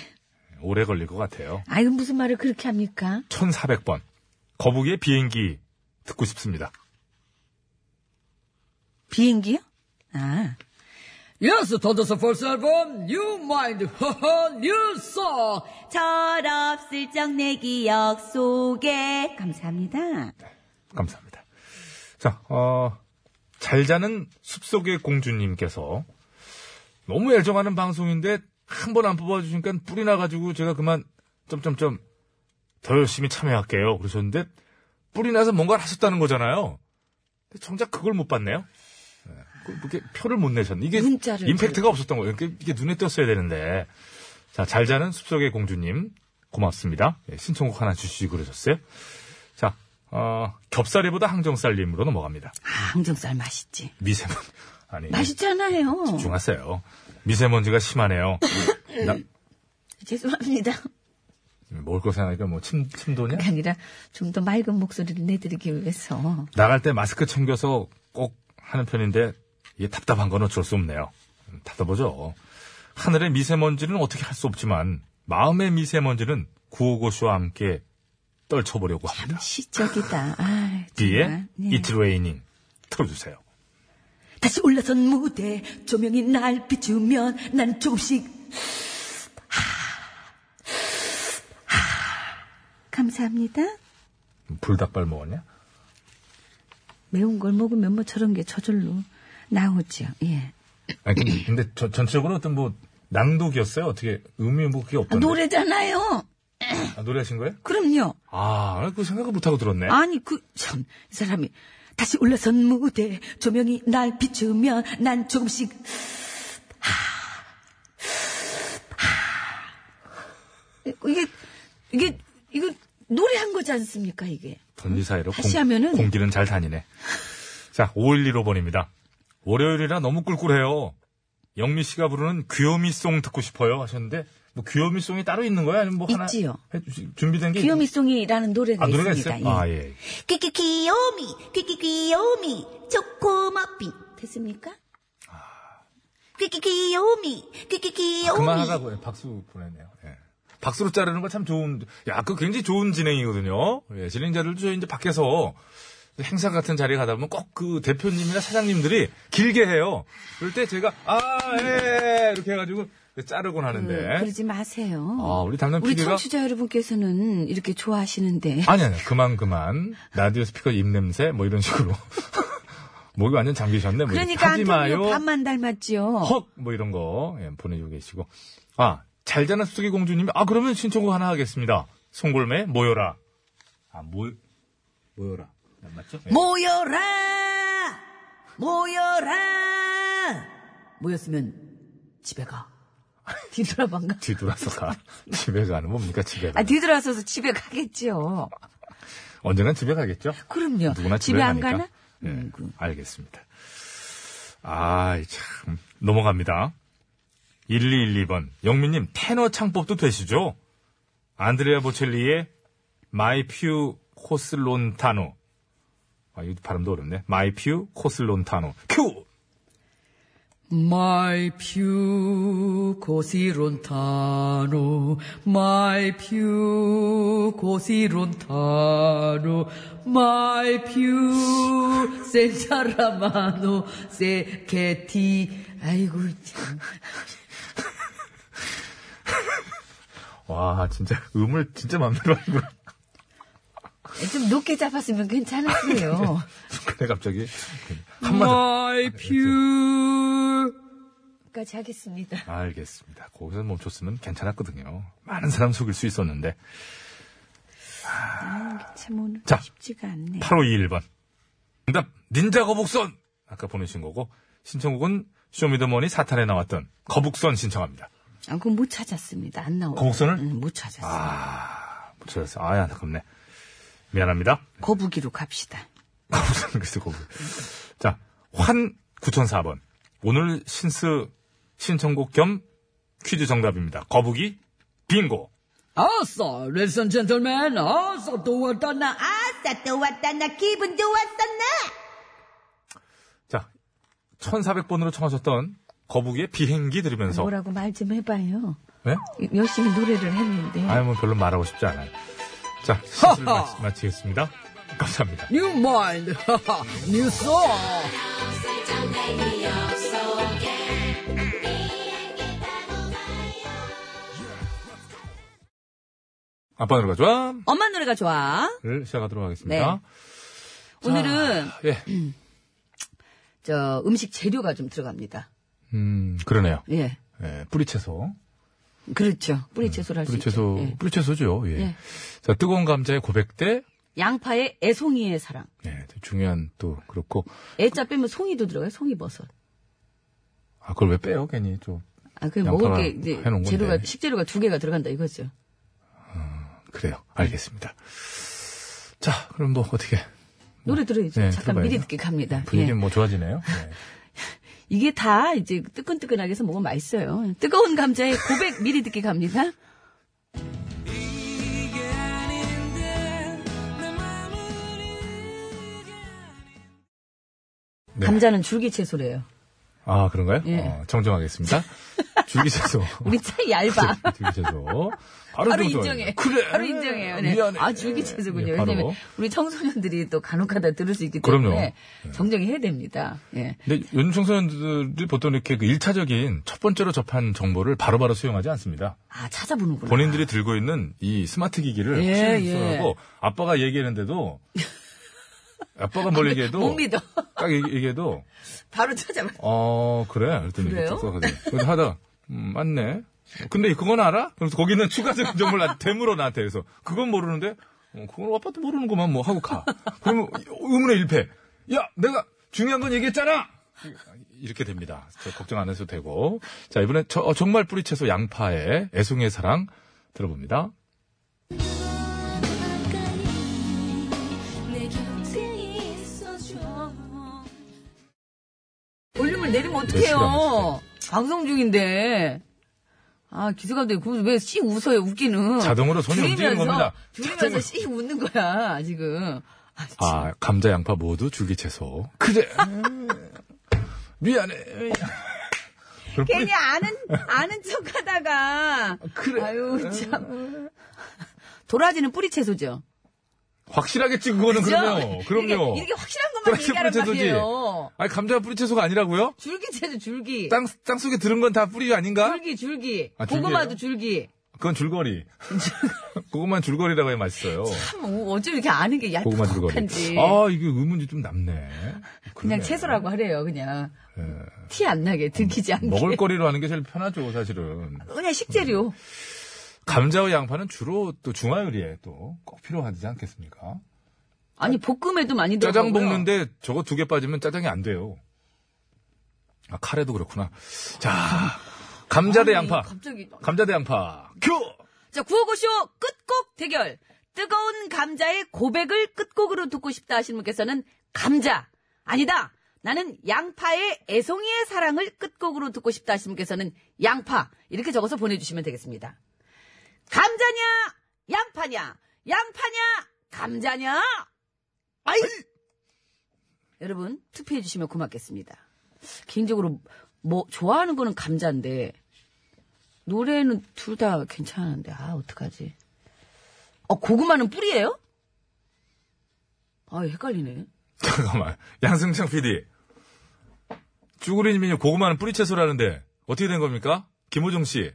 S1: 오래 걸릴 것 같아요.
S8: 아유, 무슨 말을 그렇게 합니까?
S1: 1400번. 거북이의 비행기 듣고 싶습니다.
S8: 비행기요? 아.
S2: Yes, 터져서 벌써 앨범 New Mind, New Song
S8: 철없슬쩍 내 기억 속에. 감사합니다.
S1: 감사합니다. 자, 어, 잘 자는 숲속의 공주님께서 너무 애정하는 방송인데 한 번 안 뽑아주시니까 뿔이 나가지고 제가 그만 점점점 더 열심히 참여할게요. 그러셨는데 뿔이 나서 뭔가를 하셨다는 거잖아요. 근데 정작 그걸 못 봤네요. 예, 그- 그렇게 표를 못 내셨네. 이게
S8: 문자를
S1: 임팩트가 없었던 거예요. 이게, 이게 눈에 떴어야 되는데. 자, 잘 자는 숲속의 공주님 고맙습니다. 예, 신청곡 하나 주시고 그러셨어요. 자, 어, 겹살이보다 항정살님으로 넘어갑니다.
S8: 아,
S2: 항정살 맛있지
S1: 미세먼 아니
S8: 맛있잖아요.
S1: 중하세요. 미세먼지가 심하네요. 나,
S8: 죄송합니다.
S1: 먹을 거 생각하니까 뭐 침, 침도냐?
S8: 그게 아니라 좀 더 맑은 목소리를 내드리기 위해서.
S1: 나갈 때 마스크 챙겨서 꼭 하는 편인데 이게 답답한 건 어쩔 수 없네요. 음, 답답하죠. 하늘의 미세먼지는 어떻게 할 수 없지만 마음의 미세먼지는 구호고쇼와 함께 떨쳐보려고 합니다.
S8: 시적이다. 아,
S1: 뒤에
S2: 네.
S8: 정말. 예.
S1: It Raining 틀어주세요.
S8: 다시 올라선 무대 조명이 날 비추면 난 조금씩 감사합니다.
S1: 불닭발 먹었냐?
S8: 매운 걸 먹으면 뭐 저런 게 저절로 나오죠. 예.
S1: 아니, 근데, 근데 저- 전체적으로 어떤 뭐, 낭독이었어요? 어떻게, 음이 뭐 그게
S8: 아,
S1: 없던데?
S8: 노래잖아요.
S1: 아, 노래하신 거예요?
S8: 그럼요.
S1: 아, 그 생각을 못하고 들었네.
S8: 아니 그 참 이 사람이 다시 올라선 무대 조명이 날 비추면 난 조금씩 하, 하. 이게 이게 이거 노래한 거지 않습니까 이게
S1: 번지 사이로
S8: 다시 하면은-
S1: 공기는 잘 다니네. 자, 5115번입니다. 월요일이라 너무 꿀꿀해요. 영미 씨가 부르는 귀요미송 듣고 싶어요 하셨는데, 뭐 귀요미송이 따로 있는 거야? 아니면 뭐 하나
S8: 있지요.
S1: 해주시- 준비된 게
S8: 귀요미송이라는
S1: 음.
S8: 노래가
S1: 아, 노래가
S8: 있습니다.
S1: 있어요? 아, 예.
S8: 귀귀 귀요미 귀귀 귀요미 초코머핀 됐습니까? 귀귀 귀요미 귀귀 귀요미
S1: 그만하라고 예, 박수 보내네요. 예. 박수로 자르는 거 참 좋은, 야, 그 굉장히 좋은 진행이거든요. 예, 진행자들도 저희 이제 밖에서 행사 같은 자리에 가다 보면 꼭 그 대표님이나 사장님들이 길게 해요. 그럴 때 제가, 아, 예, 예, 이렇게 해가지고 자르곤 하는데.
S8: 음, 그러지 마세요.
S1: 네. 아, 우리 담당
S8: 우리
S1: PD가.
S8: 청취자 여러분께서는 이렇게 좋아하시는데
S1: 아니, 아니, 그만, 그만. 라디오 스피커 입냄새, 뭐 이런 식으로. 목이 완전 잠기셨네. 뭐 이렇게
S8: 그러니까
S1: 하지
S8: 안토니오
S1: 마요.
S8: 반만 닮았지요.
S1: 헉! 뭐 이런 거 예, 보내주고 계시고. 아, 잘 자는 숲속의 공주님이, 아, 그러면 신청곡 하나 하겠습니다. 송골매, 모여라. 아, 모, 모여라. 맞죠?
S2: 뭐?
S1: 예.
S2: 모여라! 모여라! 모였으면 집에 가. 뒤돌아방가.
S1: 뒤돌아서 가. 집에 가는 뭡니까, 집에 가.
S8: 아, 뒤돌아서서 집에 가겠지요.
S1: 언젠간 집에 가겠죠?
S8: 그럼요.
S1: 누구나 집에,
S8: 집에 안
S1: 가니까.
S8: 가나?
S1: 예,
S8: 음, 그-
S1: 알겠습니다. 아, 참. 넘어갑니다. 1212번. 영민님, 테너 창법도 되시죠? 안드레아 보첼리의 마이퓨 코슬론타노. 아, 이 발음도 어렵네. 마이퓨 코슬론타노. 큐!
S2: 마이 퓨 고시론타노 마이 퓨 고시론타노 마이 퓨 센차라마노 세케티 아이고 참
S1: 와, 진짜, 음을 진짜 맘대로 하는구나.
S8: 좀 높게 잡았으면 괜찮았어요.
S1: 근데 갑자기.
S8: 뭐.
S1: 한마디.
S2: 마이 퓨
S8: 여기까지 하겠습니다.
S1: 알겠습니다. 거기서 멈췄으면 괜찮았거든요. 많은 사람 속일 수 있었는데.
S2: 아,
S8: 참 오늘
S1: 자.
S8: 쉽지가 않네.
S1: 8521번. 정답, 닌자 거북선! 아까 보내신 거고, 신청곡은 쇼미더머니 사탄에 나왔던 거북선 신청합니다.
S8: 아, 그거 못 찾았습니다. 안 나오고.
S1: 거북선을? 아.
S8: 응, 못 찾았어요.
S1: 못 찾았어. 아, 안타깝네. 미안합니다.
S8: 거북이로 갑시다.
S1: 거북선, 글쎄, 거북. 자, 환 9004번. 오늘 신스 신청곡 겸 퀴즈 정답입니다. 거북이, 빙고.
S2: 아싸 레슨 and gentlemen 아싸 또 왔다 나
S9: 아싸 또 왔다 나 기분 좋았어 나
S1: 자, 1400번으로 청하셨던 거북이의 비행기 들으면서.
S8: 뭐라고 말 좀 해봐요.
S1: 네?
S8: 열심히 노래를 했는데.
S1: 아유, 뭐 별로 말하고 싶지 않아요. 자, 시술 마치- 마치겠습니다. 감사합니다.
S2: New mind New soul
S1: 아빠 노래가 좋아?
S2: 엄마 노래가 좋아
S1: 를 시작하도록 하겠습니다.
S2: 오늘은
S9: 네.
S1: 예.
S2: 저 음식 재료가 좀 들어갑니다.
S1: 음, 그러네요.
S2: 예.
S1: 예, 뿌리채소.
S2: 그렇죠. 뿌리 채소를 할 수 있죠.
S1: 뿌리채소,
S2: 예.
S1: 뿌리채소죠. 예.
S2: 예.
S1: 자, 뜨거운 감자의 고백대.
S2: 양파의 애송이의 사랑.
S1: 예, 중요한 또 그렇고.
S2: 애자 빼면 송이도 들어가요. 송이버섯.
S1: 아, 그걸 왜 빼요? 괜히 좀.
S2: 아, 그
S1: 양파가
S2: 먹을 게 이제
S1: 해놓은 건데.
S2: 재료가 식재료가 두 개가 들어간다 이거죠.
S1: 그래요. 알겠습니다. 자, 그럼 뭐 어떻게.
S2: 노래 들어야죠.
S1: 예,
S2: 잠깐
S1: 들어봐야죠.
S2: 미리 듣게 갑니다.
S1: 분위기
S2: 예.
S1: 는뭐 좋아지네요. 예.
S2: 이게 다 이제 뜨끈뜨끈하게 해서 먹으면 맛있어요. 뜨거운 감자의 고백 미리 듣게 갑니다.
S1: 네.
S2: 감자는 줄기 채소래요.
S1: 아, 그런가요?
S2: 예.
S1: 아, 어, 정정하겠습니다. 줄기차서.
S2: 우리 차 얇아.
S1: 줄기차서. 바로,
S2: 바로
S1: 좀 좋아요.
S2: 인정해.
S1: 그래.
S2: 바로 인정해요. 네.
S1: 미안해.
S2: 아, 줄기차서군요.
S1: 예, 바로.
S2: 왜냐면 우리 청소년들이 또 간혹가다 들을 수 있기
S1: 그럼요. 네.
S2: 때문에 정정이 해야 됩니다. 예.
S1: 근데 요즘 청소년들이 보통 이렇게 그 1차적인 첫 번째로 접한 정보를 바로바로 수용하지 않습니다.
S2: 아, 찾아보는구나.
S1: 본인들이 들고 있는 이 스마트 기기를
S2: 예,
S1: 수용하고
S2: 예.
S1: 아빠가 얘기했는데도 아빠가 뭘 얘기해도
S2: 못 믿어.
S1: 딱 얘기, 얘기해도
S2: 바로 찾아봐.
S1: 어 그래 그랬더니
S2: 그래요?
S1: 이렇게 써가지고. 그래서 하다가 음, 맞네 근데 그건 알아? 그래서 거기는 추가적인 정보를 나, 되물어 나한테 그래서 그건 모르는데 어, 그건 아빠도 모르는구만 뭐 하고 가 그러면 의문의 일패 야 내가 중요한 건 얘기했잖아 이렇게 됩니다 저 걱정 안 해도 되고 자 이번엔 저- 어, 정말 뿌리채소 양파의 애송이의 사랑 들어봅니다
S2: 볼륨을 내리면
S1: 시간이었어요?
S2: 어떡해요. 방송 중인데. 아, 기수감독님, 그럼 왜씩 웃어요, 웃기는.
S1: 자동으로 손이 움직이는
S2: 줄이면서,
S1: 겁니다.
S2: 줄이면서 씩 웃는 거야, 지금. 아, 진짜.
S1: 아 감자 양파 모두 줄기채소 그래
S2: 음.
S1: 미안해 그럼 뿌리-
S2: 괜히 아는, 아는 척 하다가. 아유, 참. 도라지는 뿌리채소죠.
S1: 확실하겠지 그거는
S2: 그죠?
S1: 그러면 그럼요.
S2: 이렇게, 이렇게 확실한 것만
S1: 뿌리채
S2: 얘기하는
S1: 뿌리채소지.
S2: 말이에요.
S1: 아니 감자 뿌리채소가 아니라고요?
S2: 줄기채소, 줄기.
S1: 땅, 땅 속에 들은 건 다 뿌리 아닌가?
S2: 줄기, 줄기.
S1: 아, 줄기예요?
S2: 고구마도 줄기.
S1: 그건 줄거리. 고구마 줄거리라고 해야 맛있어요.
S2: 참, 뭐, 어쩜 이렇게 아는 게
S1: 고구마 줄거리.
S2: 얄팍한지.
S1: 아 이게 의문이 좀 남네.
S2: 그냥
S1: 그러네. 예.
S2: 채소라고 하래요, 그냥. 티 안 나게, 들키지 않게.
S1: 먹을거리로 하는 게 제일 편하죠 사실은.
S2: 그냥 식재료.
S1: 감자와 양파는 주로 또 중화요리에 또 꼭 필요하지 않겠습니까?
S2: 아니, 볶음에도 많이 들어가고.
S1: 짜장 볶는데 저거 두 개 빠지면 짜장이 안 돼요. 아 카레도 그렇구나. 자 감자 대 양파.
S2: 갑자기.
S1: 감자 대 양파. 큐.
S2: 자, 구호고쇼 끝곡 대결. 뜨거운 감자의 고백을 끝곡으로 듣고 싶다 하시는 분께서는 감자. 아니다. 나는 양파의 애송이의 사랑을 끝곡으로 듣고 싶다 하시는 분께서는 양파. 이렇게 적어서 보내주시면 되겠습니다. 감자냐? 양파냐? 양파냐? 감자냐? 아이! 여러분, 투표해주시면 고맙겠습니다. 개인적으로, 뭐, 좋아하는 거는 감자인데, 노래는 둘 다 괜찮은데 아 어떡하지? 어 고구마는 뿌리예요? 아 헷갈리네.
S1: 잠깐만. 양승창 PD. 쭈구리님이 고구마는 뿌리채소라는데 어떻게 된 겁니까? 김호정 씨.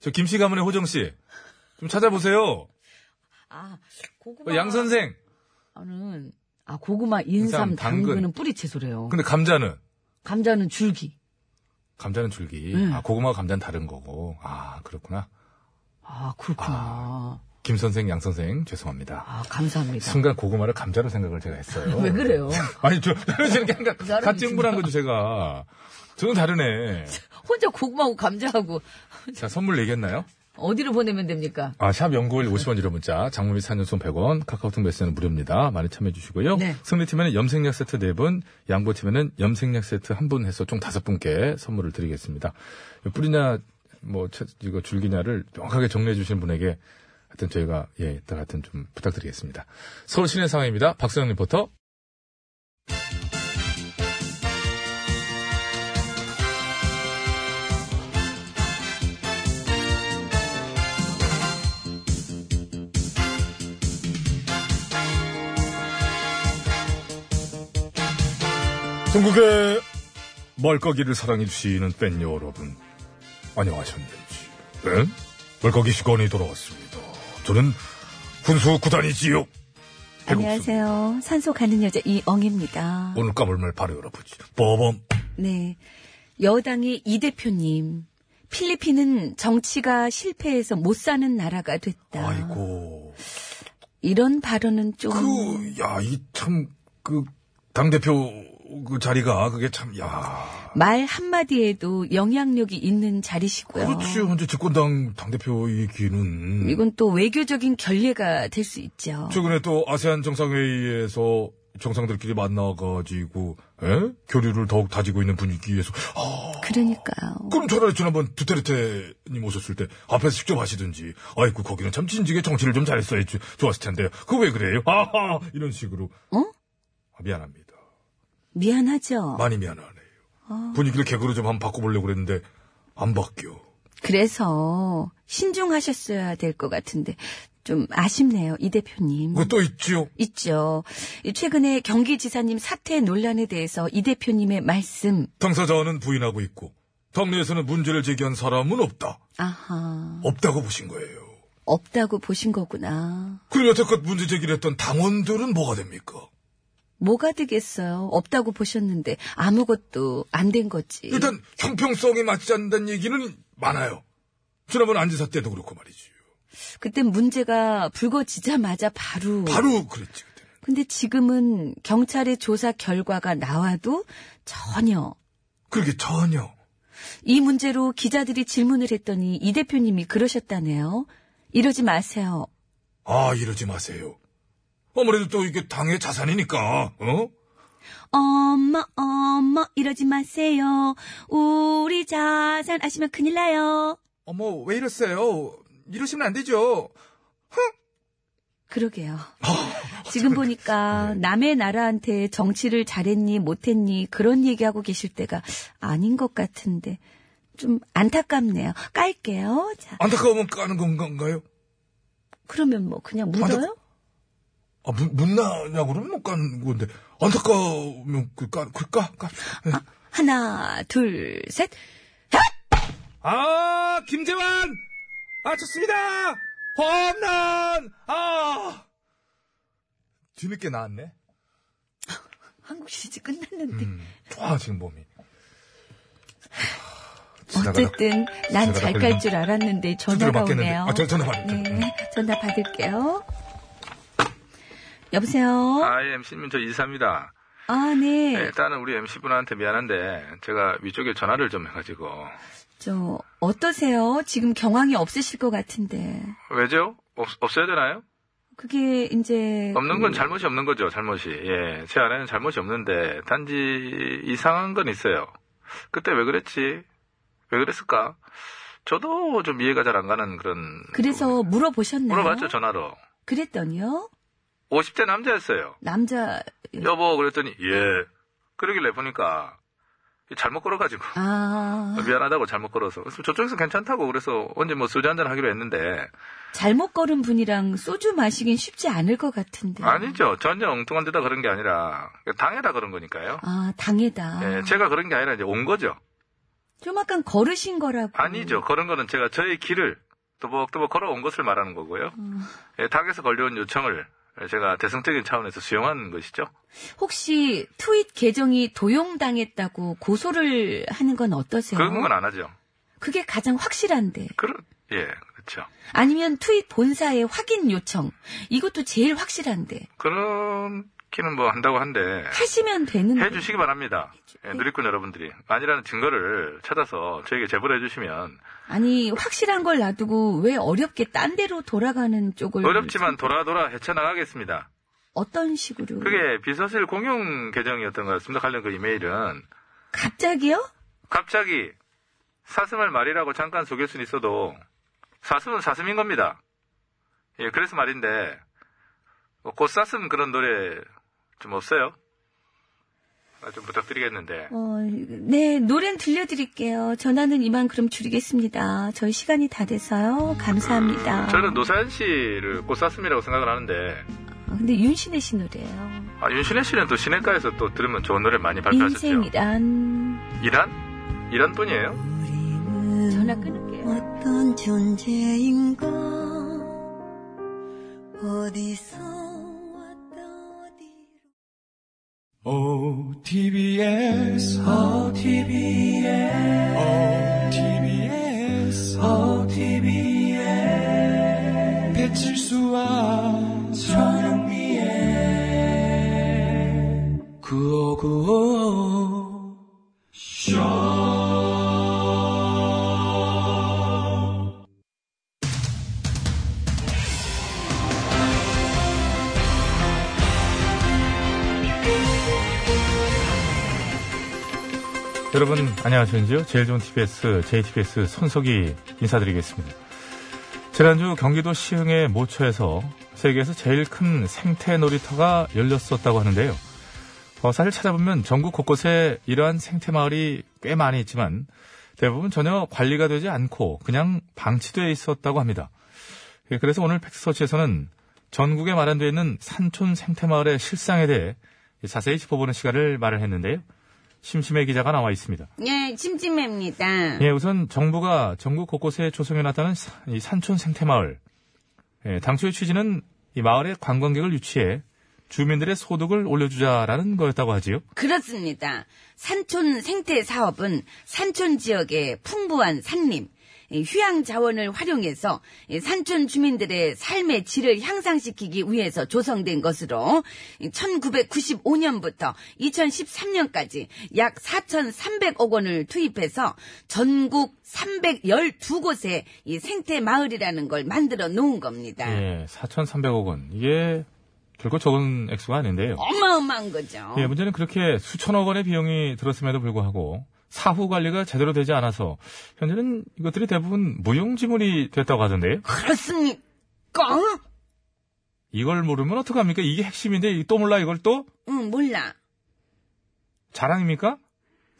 S1: 저 김씨 가문의 호정 씨. 좀 찾아보세요.
S2: 아 고구마.
S1: 어, 양 선생.
S2: 는아 고구마 인삼,
S1: 인삼, 당근.
S2: 당근. 은 뿌리 채소래요.
S1: 근데 감자는?
S2: 감자는 줄기.
S1: 감자는 줄기.
S2: 음.
S1: 아, 고구마와 감자는 다른 거고. 아, 그렇구나.
S2: 아 그렇구나.
S1: 김 선생, 양 선생. 죄송합니다.
S2: 아 감사합니다.
S1: 순간 고구마를 감자로 생각을 제가 했어요.
S2: 왜 그래요?
S1: 아니, 저, 저렇게 한가,
S2: 나름
S1: 같이 흥분한
S2: 진짜.
S1: 거죠, 제가. 저는 다르네.
S2: 혼자 고구마하고 감자하고
S1: 자, 선물 내겠나요?
S2: 어디로 보내면 됩니까?
S1: 아, 샵 연구일 50원 유료 문자, 장문및 4년송 100원, 카카오톡 메시지는 무료입니다. 많이 참여해 주시고요.
S2: 네.
S1: 승리팀에는 염색약 세트 4분, 양보팀에는 염색약 세트 1분 해서 총 5분께 선물을 드리겠습니다. 뿌리냐, 뭐, 채- 이거 줄기냐를 명확하게 정리해 주신 분에게 하여튼 저희가, 예, 이따 하여튼 좀 부탁드리겠습니다. 서울 시내 상황입니다. 박선영 리포터. 전국의 말까기를 사랑해주시는 팬 여러분, 안녕하셨는지. 네? 말까기 시간이 돌아왔습니다. 저는 훈수 구단이지요.
S8: 안녕하세요. 산소 가는 여자 이엉입니다.
S1: 오늘 까불말 바로 열어보지. 뽀범.
S8: 네. 여당의 이 대표님. 필리핀은 정치가 실패해서 못 사는 나라가 됐다.
S1: 아이고.
S8: 이런 발언은 좀.
S1: 그, 야, 이 참, 그, 당대표 그 자리가 그게 참, 야.
S8: 말 한마디에도 영향력이 있는 자리시고요.
S1: 그렇지. 현재 집권당 당대표의 기는.
S8: 이건 또 외교적인 결례가 될 수 있죠.
S1: 최근에 또 아세안 정상회의에서 정상들끼리 만나가지고 에? 교류를 더욱 다지고 있는 분위기에서 아,
S8: 그러니까요.
S1: 그럼 저라리 지난번 두테르테님 오셨을 때 앞에서 직접 하시든지 아이고 거기는 참 진지하게 정치를 좀 잘했어야지 좋았을 텐데 그거 왜 그래요? 아하 이런 식으로
S8: 어?
S1: 아, 미안합니다
S8: 미안하죠.
S1: 많이 미안하네요 분위기를 개그로 좀 한번 바꿔보려고 그랬는데
S5: 안 바뀌어.
S2: 그래서 신중하셨어야 될 것 같은데 좀 아쉽네요, 이 대표님.
S5: 그거 또 있지요?
S2: 있죠. 이 최근에 경기지사님 사퇴 논란에 대해서 이 대표님의 말씀.
S5: 당사자는 부인하고 있고 당내에서는 문제를 제기한 사람은 없다.
S2: 아하.
S5: 없다고 보신 거예요.
S2: 없다고 보신 거구나.
S5: 그럼 여태껏 문제 제기를 했던 당원들은 뭐가 됩니까?
S2: 뭐가 되겠어요. 없다고 보셨는데 아무것도 안 된 거지.
S10: 예.
S5: 일단 형평성이 맞지 않는다는 얘기는 많아요. 지난번 안지사 때도 그렇고 말이지.
S2: 그때 문제가 불거지자마자 바로.
S5: 바로 그랬지 그때는.
S2: 근데 지금은 경찰의 조사 결과가 나와도 전혀
S5: 그렇게 전혀
S2: 이 문제로 기자들이 질문을 했더니 이 대표님이 그러셨다네요. 이러지 마세요.
S5: 아 이러지 마세요. 아무래도 또 이게 당의 자산이니까 어?
S2: 엄마, 엄마, 이러지 마세요. 우리 자산 아시면 큰일 나요.
S10: 어머, 왜 이랬어요? 이러시면 안 되죠.
S2: 그러게요. 지금 보니까 남의 나라한테 정치를 잘했니, 못했니, 그런 얘기하고 계실 때가 아닌 것 같은데. 좀 안타깝네요. 깔게요. 자,
S5: 안타까우면 까는 건가요?
S2: 그러면 뭐 그냥 묻어요?
S5: 아 문, 문나냐고 그러면 못 까는 건데 안타까우면 그 까, 그 까, 까.
S2: 하나, 둘, 셋.
S10: 아, 김재환! 아, 좋습니다! 홈런! 아! 뒤늦게 나왔네.
S2: 한국 시리즈 끝났는데.
S10: 음, 좋아, 지금 몸이.
S2: 어쨌든 난 잘 깔
S10: 걸리면
S2: 줄 알았는데
S10: 두드려
S2: 전화가
S10: 맞겠는데.
S2: 오네요.
S10: 아, 저- 전화 받을게요.
S2: 네, 전화 받을게요. 여보세요.
S1: 아, 예, MC님, 저 이사입니다.
S2: 아,
S1: 네,
S2: 네.
S1: 일단은 우리 MC분한테 미안한데, 제가 위쪽에 전화를 좀 해가지고.
S2: 저 어떠세요? 지금 경황이 없으실 것 같은데.
S1: 왜죠? 없, 없어야 되나요?
S2: 그게 이제
S1: 없는 건
S2: 그-
S1: 잘못이 없는 거죠, 잘못이. 예, 제 안에는 잘못이 없는데, 단지 이상한 건 있어요. 그때 왜 그랬지? 왜 그랬을까? 저도 좀 이해가 잘 안 가는 그런.
S2: 그래서 물어보셨나요?
S1: 물어봤죠, 전화로.
S2: 그랬더니요.
S1: 50대 남자였어요.
S2: 남자
S1: 여보, 그랬더니, 예. 그러길래 보니까, 잘못 걸어가지고.
S2: 아,
S1: 미안하다고 잘못 걸어서. 그래서 저쪽에서 괜찮다고 그래서 언제 뭐 소주 한잔 하기로 했는데.
S2: 잘못 걸은 분이랑 소주 마시긴 쉽지 않을 것 같은데.
S1: 아니죠. 전혀 엉뚱한 데다 그런 게 아니라, 당해라 그런 거니까요.
S2: 아, 당해다.
S1: 예, 제가 그런 게 아니라 이제 온 거죠.
S2: 좀 아까 걸으신 거라고.
S1: 아니죠. 그런 거는 제가 저의 길을 또박또박 걸어온 것을 말하는 거고요. 예, 당에서 걸려온 요청을 제가 대승적인 차원에서 수용한 것이죠.
S2: 혹시 트윗 계정이 도용당했다고 고소를 하는 건 어떠세요?
S1: 그런 건 아- 안 하죠.
S2: 그게 가장 확실한데.
S1: 그런, 예, 그렇죠.
S2: 아니면 트윗 본사의 확인 요청. 이것도 제일 확실한데.
S1: 그런 기는 뭐 한다고 한데.
S2: 하시면 되는데.
S1: 해주시기 바랍니다. 예, 누리꾼 여러분들이 아니라는 증거를 찾아서 저에게 제보를 해주시면
S2: 아니, 확실한 걸 놔두고 왜 어렵게 딴 데로 돌아가는 쪽을.
S1: 어렵지만 돌아 돌아 헤쳐나가겠습니다.
S2: 어떤 식으로.
S1: 그게 비서실 공용 계정이었던 것 같습니다. 관련 그 이메일은
S2: 갑자기요?
S1: 갑자기 사슴을 말이라고 잠깐 속일 순 있어도 사슴은 사슴인 겁니다. 예, 그래서 말인데 뭐 꽃사슴 그런 노래 좀 없어요? 아, 좀 부탁드리겠는데
S2: 어, 네, 노래는 들려드릴게요. 전화는 이만 그럼 줄이겠습니다. 저희 시간이 다 돼서요. 감사합니다.
S1: 저는 노사연 씨를 꽃사슴이라고 생각을 하는데
S2: 아, 근데 윤신혜 씨 노래예요.
S1: 아, 윤신혜 씨는 또 시내가에서 또 들으면 좋은 노래 많이 발표하셨죠.
S2: 인생이란
S1: 이란? 이란 뿐이에요?
S2: 전화 끊을게요.
S3: 어떤 존재인가 어디서 왔다 어디로
S8: OTBS, OTBS, 어, OTBS, OTBS, 배칠수와 전영미의 구호구호
S1: 여러분 안녕하십니까? 제일 좋은 TBS, JTBS 손석희 인사드리겠습니다. 지난주 경기도 시흥의 모처에서 세계에서 제일 큰 생태 놀이터가 열렸었다고 하는데요. 어, 사실 찾아보면 전국 곳곳에 이러한 생태 마을이 꽤 많이 있지만 대부분 전혀 관리가 되지 않고 그냥 방치되어 있었다고 합니다. 예, 그래서 오늘 팩스서치에서는 전국에 마련되어 있는 산촌 생태마을의 실상에 대해 자세히 짚어보는 시간을 마련했는데요. 심심해 기자가 나와 있습니다.
S11: 예, 찜찜합니다.
S1: 예, 우선 정부가 전국 곳곳에 조성해 놨다는 사- 이 산촌 생태마을. 예, 당초의 취지는 이 마을에 관광객을 유치해 주민들의 소득을 올려주자라는 거였다고 하지요.
S11: 그렇습니다. 산촌 생태 사업은 산촌 지역의 풍부한 산림, 이 휴양 자원을 활용해서 이 산촌 주민들의 삶의 질을 향상시키기 위해서 조성된 것으로 예, 1995년부터 2013년까지 약 4,300억 원을 투입해서 전국 312곳에 이 생태 마을이라는 걸 만들어 놓은 겁니다.
S1: 예, 4,300억 원. 이게 결코 적은 액수가 아닌데요.
S11: 어마어마한 거죠.
S1: 예, 문제는 그렇게 수천억 원의 비용이 들었음에도 불구하고 사후 관리가 제대로 되지 않아서 현재는 이것들이 대부분 무용지물이 됐다고 하던데요.
S11: 그렇습니까?
S1: 이걸 모르면 어떡합니까? 이게 핵심인데 이또 몰라 이걸 또
S11: 응, 몰라.
S1: 자랑입니까?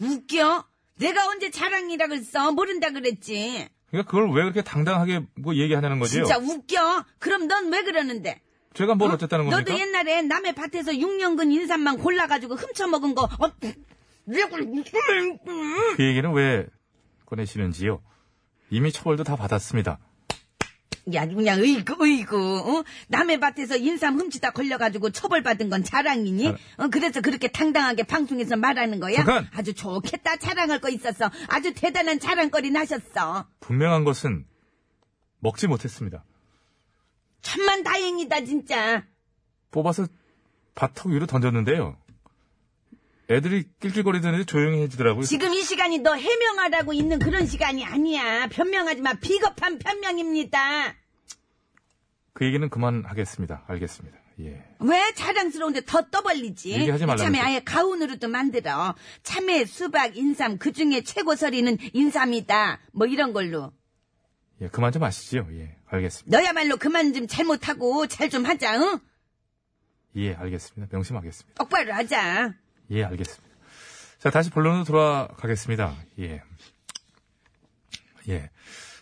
S11: 웃겨? 내가 언제 자랑이라 그랬어? 모른다 그랬지.
S1: 그러니까 그걸 왜 그렇게 당당하게 뭐 얘기하냐는 거지요.
S11: 진짜 웃겨? 그럼 넌 왜 그러는데?
S1: 제가 뭘 어쨌다는 겁니까?
S11: 너도 옛날에 남의 밭에서 6년근 인삼만 골라가지고 훔쳐먹은 거, 어, 왜 그래?
S1: 그 얘기는 왜 꺼내시는지요? 이미 처벌도 다 받았습니다.
S11: 야, 그냥, 으이구, 으이구, 어? 남의 밭에서 인삼 훔치다 걸려가지고 처벌받은 건 자랑이니? 어, 그래서 그렇게 당당하게 방송에서 말하는 거야?
S1: 잠깐!
S11: 아주 좋겠다, 자랑할 거 있었어. 아주 대단한 자랑거리 나셨어.
S1: 분명한 것은 먹지 못했습니다.
S11: 천만 다행이다, 진짜.
S1: 뽑아서 바턱 위로 던졌는데요. 애들이 낄낄거리더니 조용히 해지더라고요.
S11: 지금 이 시간이 너 해명하라고 있는 그런 시간이 아니야. 변명하지 마. 비겁한 변명입니다.
S1: 그 얘기는 그만하겠습니다. 알겠습니다. 예.
S11: 왜 자랑스러운데 더 떠벌리지?
S1: 얘기하지 말라면서.
S11: 참에 아예 가운으로도 만들어. 참외, 수박, 인삼, 그 중에 최고설이는 인삼이다. 뭐 이런 걸로.
S1: 예, 그만 좀 하시죠. 예, 알겠습니다.
S11: 너야말로 그만 좀 잘못하고 잘 좀 하자, 응?
S1: 예, 알겠습니다. 명심하겠습니다.
S11: 똑바로 하자.
S1: 예, 알겠습니다. 자, 다시 본론으로 돌아가겠습니다. 예. 예.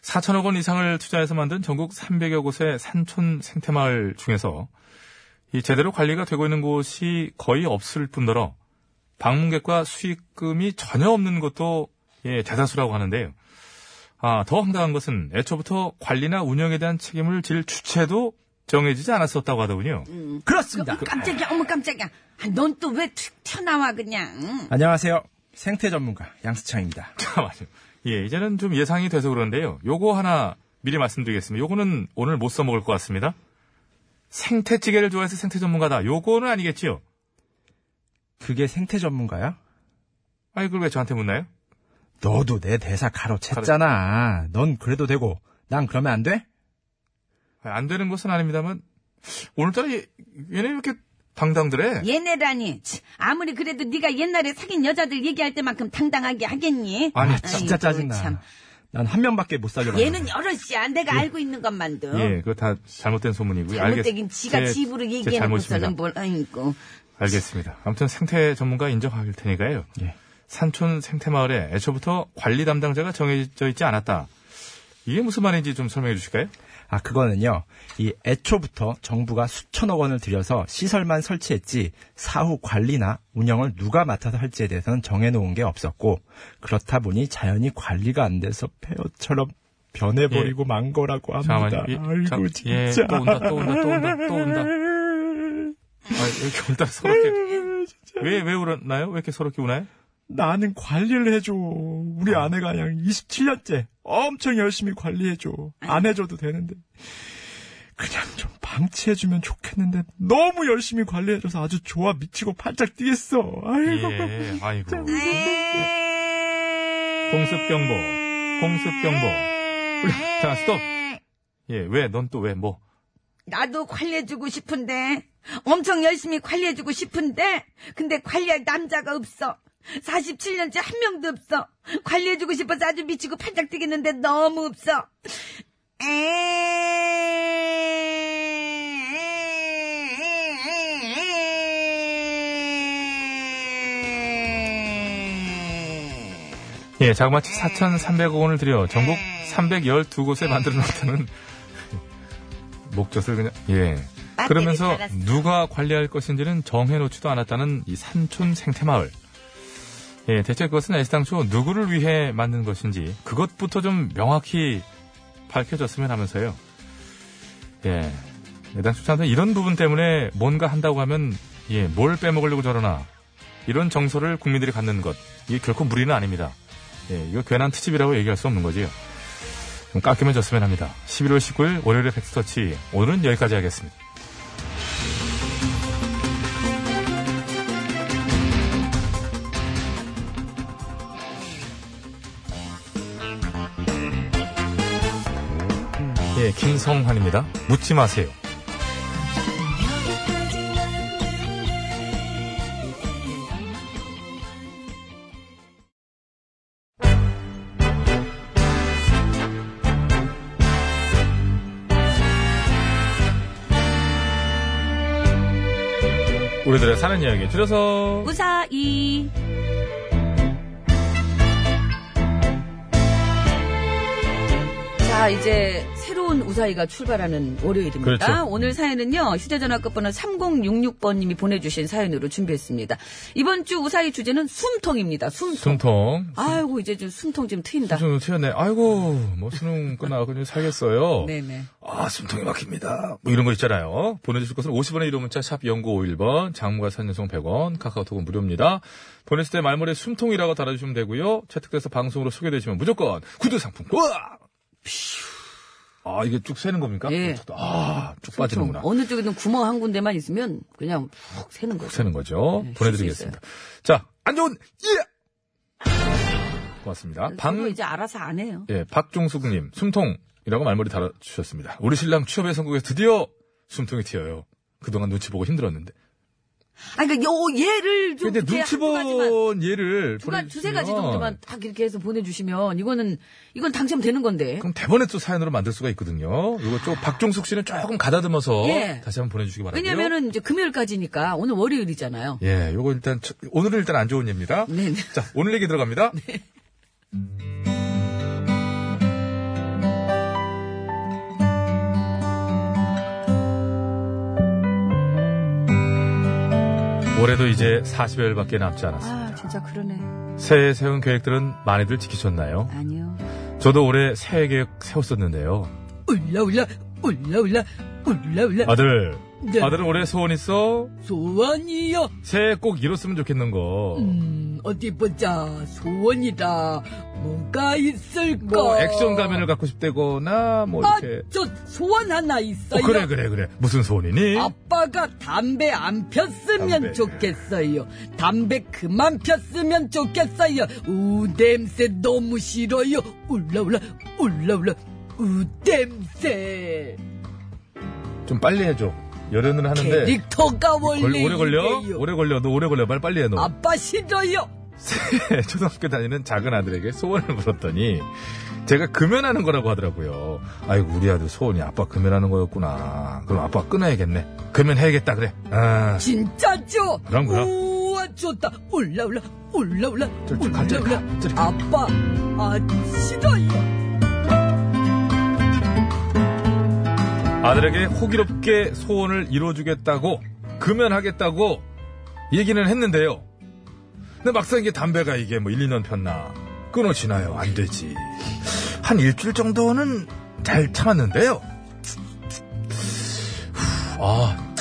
S1: 4천억 원 이상을 투자해서 만든 전국 300여 곳의 산촌 생태마을 중에서 이 제대로 관리가 되고 있는 곳이 거의 없을 뿐더러 방문객과 수익금이 전혀 없는 것도 예, 대다수라고 하는데요. 아, 더 황당한 것은 애초부터 관리나 운영에 대한 책임을 질 주체도 정해지지 않았었다고 하더군요.
S12: 그렇습니다.
S11: 깜짝이야, 어머 깜짝이야. 아, 넌 또 왜 튀어나와, 그냥.
S12: 안녕하세요. 생태 전문가 양수창입니다.
S1: 잠깐만요. 예, 이제는 좀 예상이 돼서 그런데요. 요거 하나 미리 말씀드리겠습니다. 요거는 오늘 못 써먹을 것 같습니다. 생태찌개를 좋아해서 생태 전문가다. 요거는 아니겠지요?
S12: 그게 생태 전문가야?
S1: 아니, 그걸 왜 저한테 묻나요?
S12: 너도 내 대사 가로챘잖아. 넌 그래도 되고 난 그러면 안 돼?
S1: 아, 안 되는 것은 아닙니다만, 오늘따라 얘, 얘네 왜 이렇게 당당들해?
S11: 얘네라니 치, 아무리 그래도 네가 옛날에 사귄 여자들 얘기할 때만큼 당당하게 하겠니?
S12: 아니
S11: 아이고,
S12: 진짜
S11: 참.
S12: 짜증나. 난 한 명밖에 못 살려.
S11: 얘는 여럿이야 내가 알고 있는 것만도
S1: 예, 그거 다 잘못된 소문이고요.
S11: 잘못되긴
S1: 알겠-
S11: 지가
S1: 제-
S11: 집으로
S1: 제
S11: 얘기해놓고서는 뭐.
S1: 잘못입니다.
S11: 뭘 아이고
S1: 알겠습니다. 아무튼 생태 전문가 인정할 테니까요.
S12: 예.
S1: 산촌 생태마을에 애초부터 관리 담당자가 정해져 있지 않았다. 이게 무슨 말인지 좀 설명해 주실까요?
S12: 아 그거는요. 이 애초부터 정부가 수천억 원을 들여서 시설만 설치했지 사후 관리나 운영을 누가 맡아서 할지에 대해서는 정해놓은 게 없었고 그렇다 보니 자연히 관리가 안 돼서 폐허처럼 변해버리고 만 거라고 합니다.
S1: 예,
S12: 아이고
S1: 잠-
S12: 진짜.
S1: 예, 또 온다, 또 온다, 또 온다, 또 온다. 아, 왜 아, 이렇게 울다 서럽게. 왜, 왜 울었나요? 왜 이렇게 서럽게 우나요?
S12: 나는 관리를 해줘. 우리 아내가 그냥 27년째 엄청 열심히 관리해줘. 안 해줘도 되는데. 그냥 좀 방치해주면 좋겠는데 너무 열심히 관리해줘서 아주 좋아 미치고 팔짝 뛰겠어. 아이고.
S1: 예, 아이고. 공습경보, 공습경보.
S11: 네.
S1: 우리- 자, 스톱. 예, 왜, 넌 또 왜, 뭐.
S11: 나도 관리해주고 싶은데 엄청 열심히 관리해주고 싶은데 근데 관리할 남자가 없어 47년째 한 명도 없어 관리해주고 싶어서 아주 미치고 팔짝 뛰겠는데 너무 없어
S1: 예, 자그마치 4,300억 원을 들여 전국 312곳에 만들어 놨다는 목젖을 그냥, 예. 그러면서 누가 관리할 것인지는 정해놓지도 않았다는 이 산촌 생태마을. 예, 대체 그것은 애시당초 누구를 위해 만든 것인지 그것부터 좀 명확히 밝혀졌으면 하면서요. 예. 애당초 사람들 이런 부분 때문에 뭔가 한다고 하면 예, 뭘 빼먹으려고 저러나 이런 정서를 국민들이 갖는 것 이게 결코 무리는 아닙니다. 예, 이거 괜한 트집이라고 얘기할 수 없는 거지요. 좀 깎이면졌으면 합니다. 11월 19일 월요일의 백스터치 오늘은 여기까지 하겠습니다. 예, 김성환입니다. 묻지 마세요. 우리들의 사는 이야기 줄여서
S11: 우사이. 자, 이제 새로운 우사이가 출발하는 월요일입니다.
S1: 그렇죠.
S11: 오늘 사연은요, 휴대전화 끝번호 3066번님이 보내주신 사연으로 준비했습니다. 이번 주 우사이 주제는 숨통입니다. 숨통.
S1: 숨통
S11: 아이고, 이제 좀 숨통 좀 트인다.
S1: 숨통 튀었네. 아이고 뭐 수능 끝나고 그냥 살겠어요.
S11: 네네.
S1: 아, 숨통이 막힙니다. 뭐 이런 거 있잖아요. 보내주실 것은 50원의 이름 문자 샵 0951번, 장무가 산연송 100원, 카카오톡은 무료입니다. 보내실 때 말머리에 숨통이라고 달아주시면 되고요. 채택돼서 방송으로 소개되시면 무조건 구두 상품. 우와! 아, 이게 쭉 새는 겁니까?
S11: 예.
S1: 아, 쭉 빠지는구나.
S8: 어느 쪽이든 구멍 한 군데만 있으면 그냥 푹 새는 거죠.
S1: 새는 거죠. 보내드리겠습니다. 자, 안 좋은 예! 고맙습니다.
S11: 방...
S1: 방
S11: 이제 알아서 안 해요.
S1: 예, 박종숙님, 숨통이라고 말머리 달아주셨습니다. 우리 신랑 취업에 성공해 드디어 숨통이 튀어요. 그동안 눈치 보고 힘들었는데.
S8: 아, 그러니까 요 얘를 좀
S1: 근데
S8: 이렇게
S1: 눈치
S8: 한두 가지만
S1: 본 얘를.
S8: 두, 가, 두세 가지
S1: 보내주시면
S8: 정도만 딱 이렇게 해서 보내주시면 이거는 이건 당첨되는 건데.
S1: 그럼 대본에 또 사연으로 만들 수가 있거든요. 이거 좀 박종숙 씨는 조금 가다듬어서
S8: 예.
S1: 다시 한번 보내주시기 바랍니다.
S8: 왜냐면은 이제 금요일까지니까 오늘 월요일이잖아요.
S1: 예, 요거 일단, 첫- 오늘은 일단 안 좋은 예입니다.
S8: 네. 네.
S1: 자, 오늘 얘기 들어갑니다. 올해도 이제 40여일밖에 남지 않았습니다.
S11: 아, 진짜 그러네.
S1: 새해 세운 계획들은 많이들 지키셨나요?
S11: 아니요.
S1: 저도 올해 새해 계획 세웠었는데요.
S8: 올라 올라 올라 올라 올라 올라
S1: 아들,
S8: 네.
S1: 아들은 올해 소원 있어?
S8: 소원이요.
S1: 새해 꼭 이뤘으면 좋겠는 거.
S8: 음, 어디 보자. 소원이다. 뭐가 있을까?
S1: 뭐 액션 가면을 갖고 싶대거나 뭐
S8: 아,
S1: 이렇게.
S8: 저 소원 하나 있어요.
S1: 어, 그래 그래 그래. 무슨 소원이니?
S8: 아빠가 담배 안 폈으면
S1: 담배.
S8: 좋겠어요. 담배 그만 폈으면 좋겠어요. 우 냄새 너무 싫어요. 올라올라 올라올라 우 냄새.
S1: 좀 빨리 해줘. 열연을 하는데.
S8: 캐릭터가
S1: 걸-
S8: 원래
S1: 오래 걸려?
S8: 이래요.
S1: 오래 걸려. 너 오래 걸려. 빨리 빨리 해 너. 네,
S8: 아빠 싫어요.
S1: 초등학교 다니는 작은 아들에게 소원을 물었더니 제가 금연하는 거라고 하더라고요. 아이고 우리 아들 소원이 아빠 금연하는 거였구나. 그럼 아빠 끊어야겠네. 금연해야겠다 그래. 아,
S8: 진짜죠?
S1: 그럼, 그럼.
S8: 우와 좋다. 올라올라 올라올라
S1: 저, 저, 가, 저리 가,
S8: 올라올라.
S1: 저리 가.
S8: 아빠 아 싫어요.
S1: 아들에게 호기롭게 소원을 이뤄주겠다고 금연하겠다고 얘기는 했는데요. 근데 막상 이게 담배가 이게 뭐 1, 2년 폈나 끊어지나요? 안 되지. 한 일주일 정도는 잘 참았는데요. 후, 아.